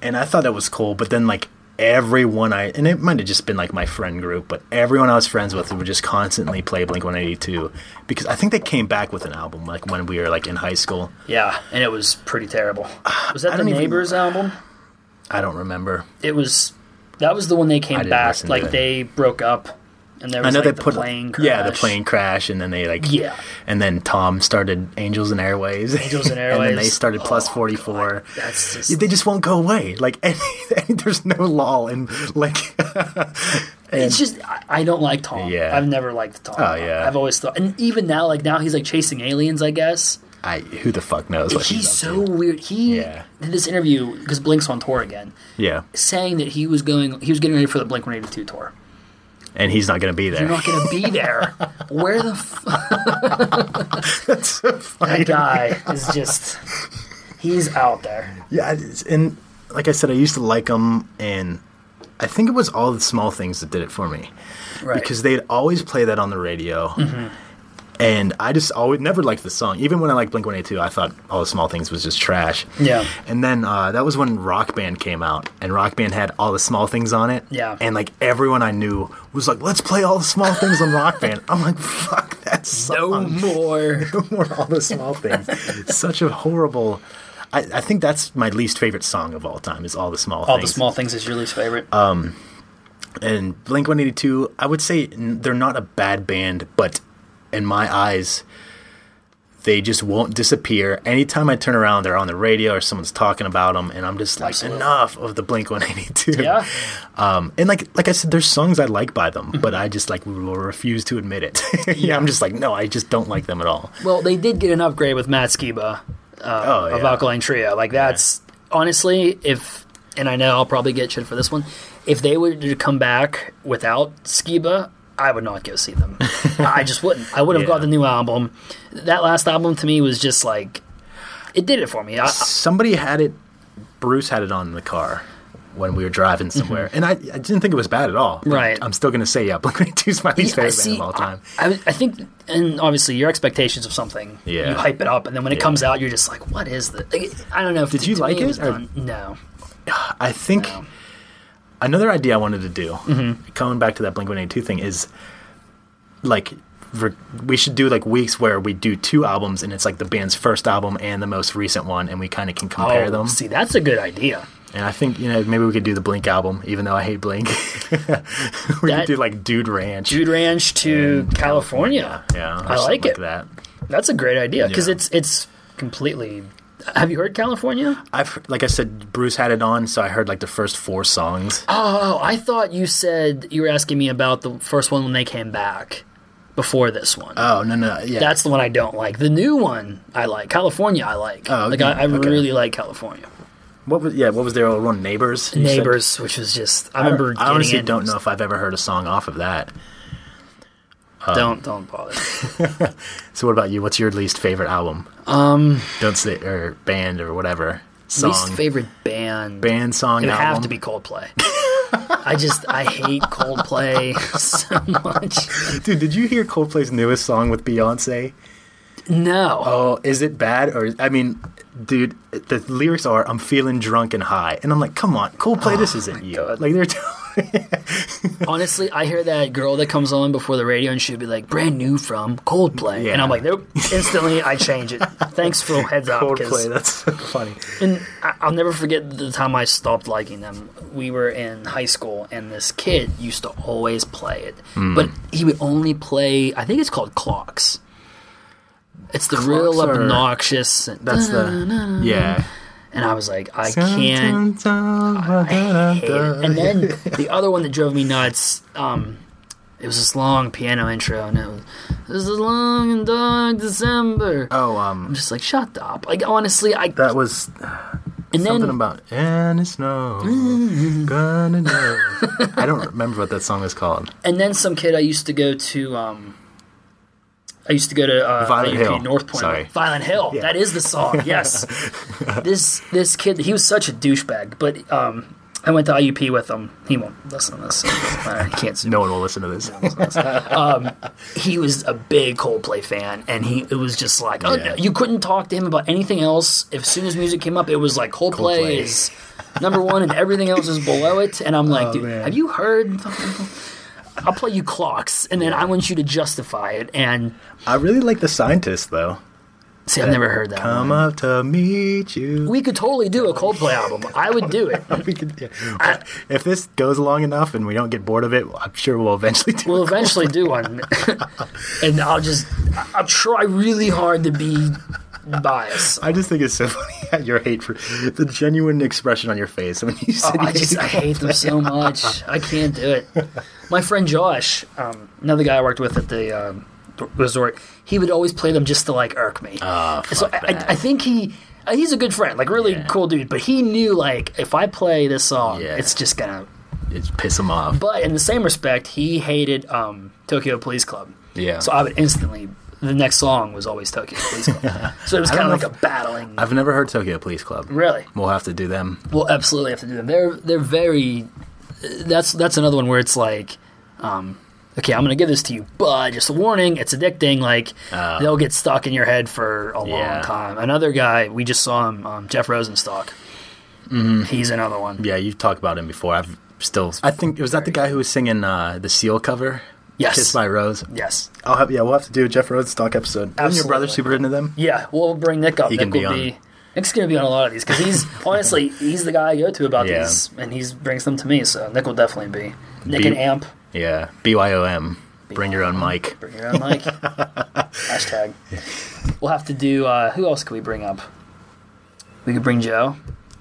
S2: and I thought that was cool. But then like everyone I and it might have just been like my friend group, but everyone I was friends with would just constantly play Blink One Eighty Two because I think they came back with an album like when we were like in high school.
S1: Yeah, and it was pretty terrible. Was that
S2: I
S1: the
S2: don't even-
S1: Neighbors album?
S2: I don't remember.
S1: It was. That was the one they came
S2: didn't
S1: back.
S2: listen to
S1: Like
S2: it.
S1: they broke up, and there
S2: I
S1: was
S2: know
S1: like,
S2: they
S1: the
S2: put
S1: plane
S2: yeah the
S1: crash.
S2: plane crash and then they like
S1: Yeah.
S2: and then Tom started Angels and Airways
S1: Angels and
S2: and then they
S1: Airways. Oh,
S2: started Plus Forty Four.
S1: That's just
S2: They just won't go away. Like any, there's no lull and like
S1: It's just I, I don't like Tom.
S2: Yeah.
S1: I've never liked Tom.
S2: Oh, yeah.
S1: I've always thought, and even now, like now he's like chasing aliens. I guess
S2: I who the fuck knows what
S1: he's
S2: he's, up
S1: so weird. He
S2: Yeah.
S1: did this interview because Blink's on tour again,
S2: to. Yeah,
S1: saying that he was going, he was getting ready for the Blink One Eighty Two tour.
S2: and he's not gonna be there.
S1: You're not going to be there. Where the f-
S2: That's so funny.
S1: that guy is just. He's out there.
S2: Yeah, I- it's- and like I said, I used to like them, and I think it was all the small things that did it for me
S1: Right. Mm-hmm.
S2: because they'd always play that on the radio, and I just always never liked the song. Even when I liked Blink One Eight Two, I thought all the small things was just trash.
S1: Yeah.
S2: and then uh, that was when Rock Band came out, and Rock Band had all the small things on it.
S1: Yeah.
S2: and like everyone I knew was like, "Let's play all the small things on Rock Band." I'm like, "Fuck that song."
S1: no more.
S2: um, more all the small things. Such a horrible. I, I think that's my least favorite song of all time is all the small
S1: All the
S2: things.
S1: small things is your least favorite.
S2: Uh, and Blink One Eighty Two. I would say n- they're not a bad band, but in my eyes, they just won't disappear. Anytime I turn around, they're on the radio or someone's talking about them, and I'm just like,
S1: Absolutely.
S2: enough of the Blink One Eighty Two.
S1: Yeah.
S2: Um, and like like I said, there's songs I like by them, but I just like will refuse to admit it. Mm-hmm. yeah. I'm just like, no, I just don't like them at all.
S1: Well, they did get an upgrade with Matt Skiba uh,
S2: Oh,
S1: of
S2: yeah.
S1: Alkaline Trio. Like that's honestly, if and I know I'll probably get shit for this one. If they were to come back without Skiba, I would not go see them. I just wouldn't. I would have
S2: Yeah.
S1: got the new album. That last album to me was just like it did it for me. I, I-
S2: somebody had it bruce had it on in the car when we were driving somewhere and I, I didn't think it was bad at all
S1: Right.
S2: i'm still gonna say yeah blink 182 is my least
S1: I
S2: favorite
S1: see-
S2: band of all time
S1: I, I think, and obviously your expectations of something,
S2: Yeah.
S1: you hype it up, and then when it
S2: Yeah.
S1: comes out, you're just like, "What is this?" Like, I don't know. If
S2: Did you
S1: to
S2: like
S1: me
S2: it,
S1: was
S2: or-
S1: done- No.
S2: i think
S1: No.
S2: another idea i wanted to do
S1: Mm-hmm.
S2: coming back to that blink 182 thing is like re- we should do like weeks where we do two albums and it's like the band's first album and the most recent one and we kind of can compare
S1: Oh,
S2: them
S1: see, that's a good idea.
S2: and i think you know maybe we could do the blink album even though i hate blink we
S1: That-
S2: could do like dude ranch
S1: Dude Ranch to California.
S2: yeah or
S1: I
S2: something
S1: like it.
S2: that
S1: That's a great idea because
S2: Yeah.
S1: it's it's completely. Have you heard California?
S2: I've like I said, Bruce had it on, so I heard like the first four songs.
S1: Oh, I thought you said you were asking me about the first one when they came back before this one.
S2: Oh no no yeah
S1: That's the one I don't like. The new one I like. California I like.
S2: Oh,
S1: like I, I
S2: okay.
S1: really like California.
S2: what was yeah what was their old one neighbors you said?
S1: Neighbors, which was just I remember.
S2: I honestly
S1: getting it.
S2: don't know if I've ever heard a song off of that.
S1: Don't don't bother.
S2: So what about you? What's your least favorite album? Um, don't say or band or whatever song
S1: Least favorite band.
S2: band song
S1: It would
S2: album.
S1: have to be Coldplay. I just I hate Coldplay so much.
S2: Dude, did you hear Coldplay's newest song with Beyonce?
S1: No.
S2: Oh, is it bad or I mean, dude, the lyrics are "I'm feeling drunk and high," and I'm like, "Come on, Coldplay, this isn't you." Like they're.
S1: Honestly, I hear that girl that comes on before the radio and she'll be like, brand new from Coldplay. And I'm like, nope. Instantly, I change it. Thanks for heads up. 'cause-
S2: Coldplay. That's so funny.
S1: And I- I'll never forget the time I stopped liking them. We were in high school, and this kid used to always play it,
S2: Hmm.
S1: but he would only play. I think it's called Clocks. It's the real
S2: Clocks are-
S1: obnoxious. and-
S2: That's the yeah.
S1: and I was like, I can't. I hate it. And then the other one that drove me nuts, um, it was this long piano intro, and it was this is long and dark December.
S2: oh,
S1: I'm
S2: um,
S1: just like, shut up. Like honestly, I
S2: that was
S1: and
S2: something
S1: then
S2: about and it's snow gonna know. I don't remember what that song is called.
S1: and then some kid I used to go to. Um, I used to go to uh,
S2: Violent
S1: IUP
S2: Hill.
S1: North Point.
S2: Sorry.
S1: Violent Hill. That is the song. Yes. this this kid, he was such a douchebag, but um, I went to IUP with him. He won't listen to this. I can't
S2: No one will listen to this.
S1: he was a big Coldplay fan, and he it was just like oh,
S2: Yeah.
S1: no, you couldn't talk to him about anything else. As soon as music came up, it was like Coldplay,
S2: Coldplay.
S1: is number one, and everything else is below it. And I'm like, dude,
S2: Oh, man.
S1: have you heard? fucking- I'll play you clocks, and then I want you to justify it. And
S2: I really like the scientist though.
S1: see, I've never heard that. one.
S2: Come up to meet you.
S1: We could totally do a Coldplay album. I would do it.
S2: We could- yeah. If this goes long enough and we don't get bored of it, I'm sure we'll eventually do.
S1: We'll eventually do one, and I'll just I- I'll try really hard to be biased.
S2: I just think it's so funny your hate for the genuine expression on your face when you said
S1: I
S2: you
S1: just I hate them so much. I can't do it. My friend Josh, um, another guy I worked with at the um, th- resort, he would always play them just to like irk me.
S2: Ah,
S1: so
S2: fuck
S1: I, I,
S2: that.
S1: I think he. uh, He's a good friend, like really
S2: Yeah.
S1: cool dude. But he knew, like, if I play this song,
S2: Yeah.
S1: it's just gonna.
S2: just piss him off.
S1: But in the same respect, he hated um, Tokyo Police Club.
S2: Yeah.
S1: So I would instantly. The next song was always Tokyo Police Club. so it was
S2: I don't
S1: kind of like
S2: know
S1: a battling.
S2: I've never heard Tokyo Police Club.
S1: really.
S2: We'll have to do them.
S1: We'll absolutely have to do them. They're they're very. That's that's another one where it's like, um, okay, I'm gonna give this to you, but just a warning, it's addicting. Like they'll get stuck in your head for a
S2: Uh. Yeah.
S1: long time. Another guy we just saw him, um, Jeff Rosenstock. He's another one.
S2: Mm-hmm. Yeah, you've talked about him before. I've still. I think was that the guy who was singing uh, the Seal cover.
S1: Yes.
S2: Kiss by Rose.
S1: Yes.
S2: I'll have, yeah, we'll have to do a Jeff Rosenstock episode. Isn't your brother
S1: Absolutely.
S2: super into them?
S1: Yeah, we'll bring Nick up.
S2: He
S1: Nick
S2: can be
S1: will
S2: on.
S1: be. Nick's gonna be on a lot of these because he's honestly he's the guy I go to about
S2: Yeah.
S1: these, and he brings them to me. So Nick will definitely be. Nick
S2: Be-
S1: and Amp.
S2: Yeah. BYOM. Bring your own mic.
S1: Bring your own mic. Hashtag. We'll have to do. Uh, who else can we bring up? We could bring Joe.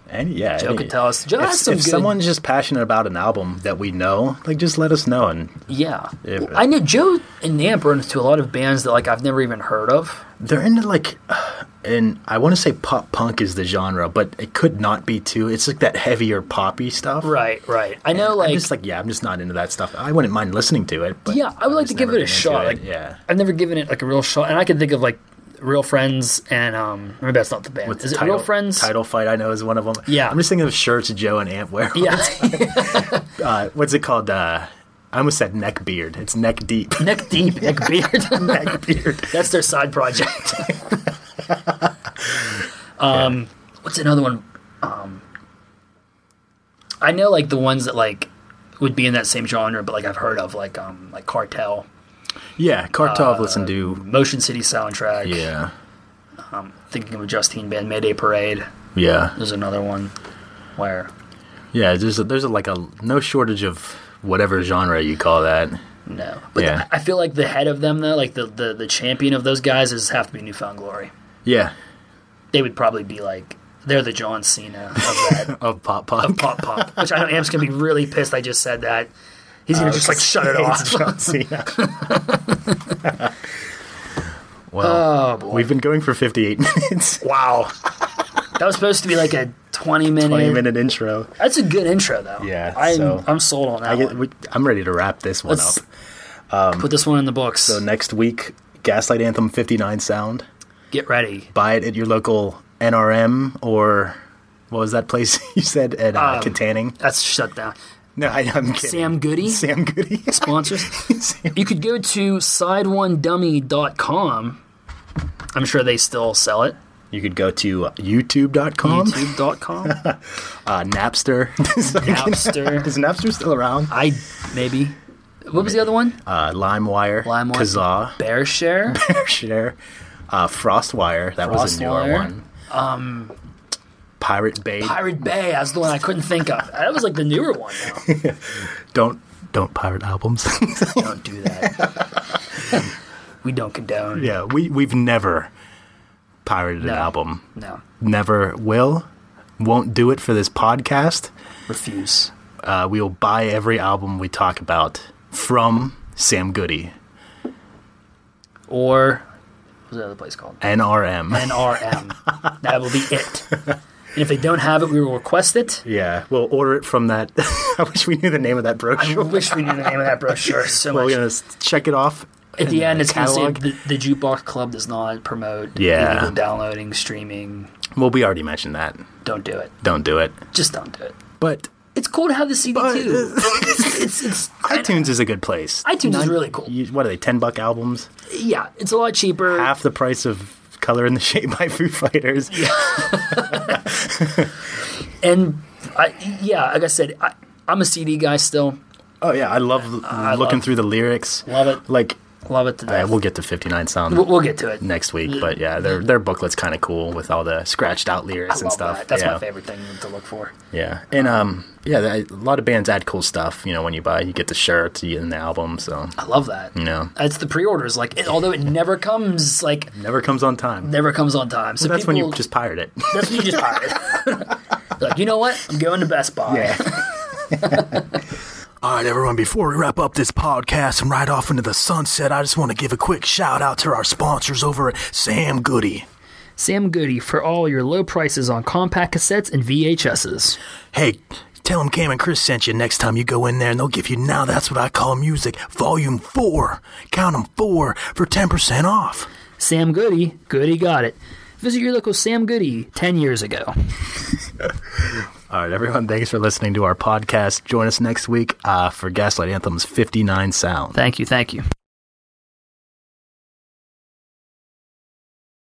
S2: And yeah,
S1: Joe
S2: and-
S1: could tell us. Joe
S2: If,
S1: has some
S2: if
S1: good.
S2: someone's just passionate about an album that we know, like just let us know. And
S1: yeah,
S2: If-
S1: Well, I know Joe and Namp run into a lot of bands that like I've never even heard of.
S2: they're into like, and I want to say pop punk is the genre, but it could not be too. It's like that heavier poppy stuff.
S1: Right, right. I know, like,
S2: I'm just like yeah, I'm just not into that stuff. I wouldn't mind listening to it. But
S1: yeah, I would
S2: I've
S1: like to
S2: just
S1: give
S2: never
S1: it a
S2: been into
S1: shot.
S2: it.
S1: Like,
S2: yeah,
S1: I've never given it like a real shot, and I can think of like real friends and um, maybe that's not the band.
S2: With
S1: Is
S2: the
S1: it
S2: title,
S1: real friends?
S2: Title fight, I know is one of them.
S1: Yeah.
S2: I'm just thinking of shirts Joe and Amp wear.
S1: Yeah,
S2: Uh, what's it called? Uh, I almost said neck beard. It's neck deep.
S1: neck deep, neck beard.
S2: neck beard.
S1: That's their side project. um, what's another one? Um, I know like the ones that like would be in that same genre, but like I've heard of like um like Cartel,
S2: Yeah, Kartov listened to.
S1: Motion City soundtrack.
S2: Yeah,
S1: Thinking of a Justine Band, Mayday Parade.
S2: yeah.
S1: There's another one where
S2: Yeah, there's a, there's a, like a no shortage of whatever genre you call that.
S1: no, but
S2: Yeah.
S1: I feel like the head of them though, like the, the the champion of those guys is have to be Newfound Glory.
S2: Yeah,
S1: They would probably be like they're the John Cena of that.
S2: of pop punk.
S1: pop pop, which I know Amp's gonna be really pissed. I just said that. He's
S2: uh, Oh,
S1: gonna just like shut it
S2: It's
S1: off.
S2: John Cena.
S1: Oh,
S2: well, we've been going for 58 minutes.
S1: Wow, that was supposed to be like a twenty minute.
S2: 20 minute intro.
S1: That's a good intro though.
S2: Yeah,
S1: I'm
S2: so-
S1: I'm sold on that.
S2: I get,
S1: one.
S2: we, I'm ready to wrap this one
S1: Let's
S2: up.
S1: put this one in the books.
S2: So next week, Gaslight Anthem 59 Sound.
S1: get ready.
S2: Buy it at your local NRM or what was that place you said at uh,
S1: Um,
S2: Katanning?
S1: That's shut down.
S2: No, I, I'm kidding.
S1: Sam Goody?
S2: Sam Goody.
S1: Sponsors.
S2: Sam-
S1: you could go to sideonedummy.com. I'm sure they still sell it.
S2: You could go to uh, YouTube.com,
S1: YouTube.com.
S2: Uh, Napster.
S1: Napster. Uh,
S2: Is Napster still around?
S1: I maybe. What was the other one?
S2: Uh, LimeWire,
S1: LimeWire.
S2: Kazaa,
S1: Bear share.
S2: Share, uh, Frostwire. That was a newer
S1: Frostwire.
S2: one. Um, Pirate Bay.
S1: Pirate Bay. That's the one I couldn't think of. That was like the newer one. Now.
S2: don't don't pirate albums.
S1: Don't do that. we don't condone.
S2: yeah, we we've never pirated
S1: No.
S2: an album.
S1: No.
S2: Never will. Won't do it for this podcast.
S1: Refuse.
S2: Uh, we will buy every album we talk about from Sam Goody,
S1: Or what's that other place called?
S2: NRM.
S1: NRM. that will be it. And if they don't have it, we will request it.
S2: yeah, we'll order it from that. I wish we knew the name of that
S1: I
S2: brochure.
S1: wish we knew the name of that brochure so
S2: We're
S1: much.
S2: gonna s- check it off
S1: At
S2: in
S1: the end, it's going to say
S2: catalog.
S1: the, the Jukebox Club does not promote
S2: Yeah.
S1: illegal downloading, streaming.
S2: Well, we already mentioned that.
S1: Don't do it.
S2: Don't do it.
S1: Just don't do it.
S2: But
S1: It's cool to have the CD
S2: But-
S1: too. it's, it's, it's,
S2: iTunes is a good place.
S1: iTunes is really cool.
S2: You, what are they? Ten buck albums,
S1: Yeah, it's a lot cheaper.
S2: half the price of "Color in the Shape" by Foo Fighters.
S1: and I, yeah, like I said, I, I'm a CD guy still.
S2: Oh yeah, I love looking
S1: love-
S2: through the lyrics.
S1: Love it.
S2: Like
S1: Love it to
S2: yeah,
S1: death.
S2: we'll get to 59 Sound
S1: we'll, we'll get to it.
S2: next week, but yeah, their their booklet's kind of cool with all the scratched out
S1: I
S2: lyrics and
S1: love
S2: stuff.
S1: that. That's
S2: yeah.
S1: my favorite thing to look for.
S2: Yeah, and um, yeah, th- a lot of bands add cool stuff. You know, when you buy, you get the shirt, you get in the album. So
S1: I love that.
S2: you know,
S1: It's the pre-orders. Like, it, although it never comes, like
S2: never comes on time.
S1: never comes on time. So
S2: That's when you
S1: people-
S2: just pirate it.
S1: that's when you just buy it. like, you know what? I'm going to Best Buy.
S3: All right, everyone, before we wrap up this podcast and ride off into the sunset, I just want to give a quick shout out to our sponsors over at Sam Goody.
S1: Sam Goody for all your low prices on compact cassettes and VHSs.
S3: Hey, tell them Cam and Chris sent you next time you go in there, and they'll give you now that's what I call music, volume four. Count 'em four for 10% off.
S1: Sam Goody, Goody got it. Visit your local Sam Goody 10 years ago.
S2: All right, everyone, thanks for listening to our podcast. Join us next week uh, for Gaslight Anthem's 59 Sound.
S1: Thank you, thank you.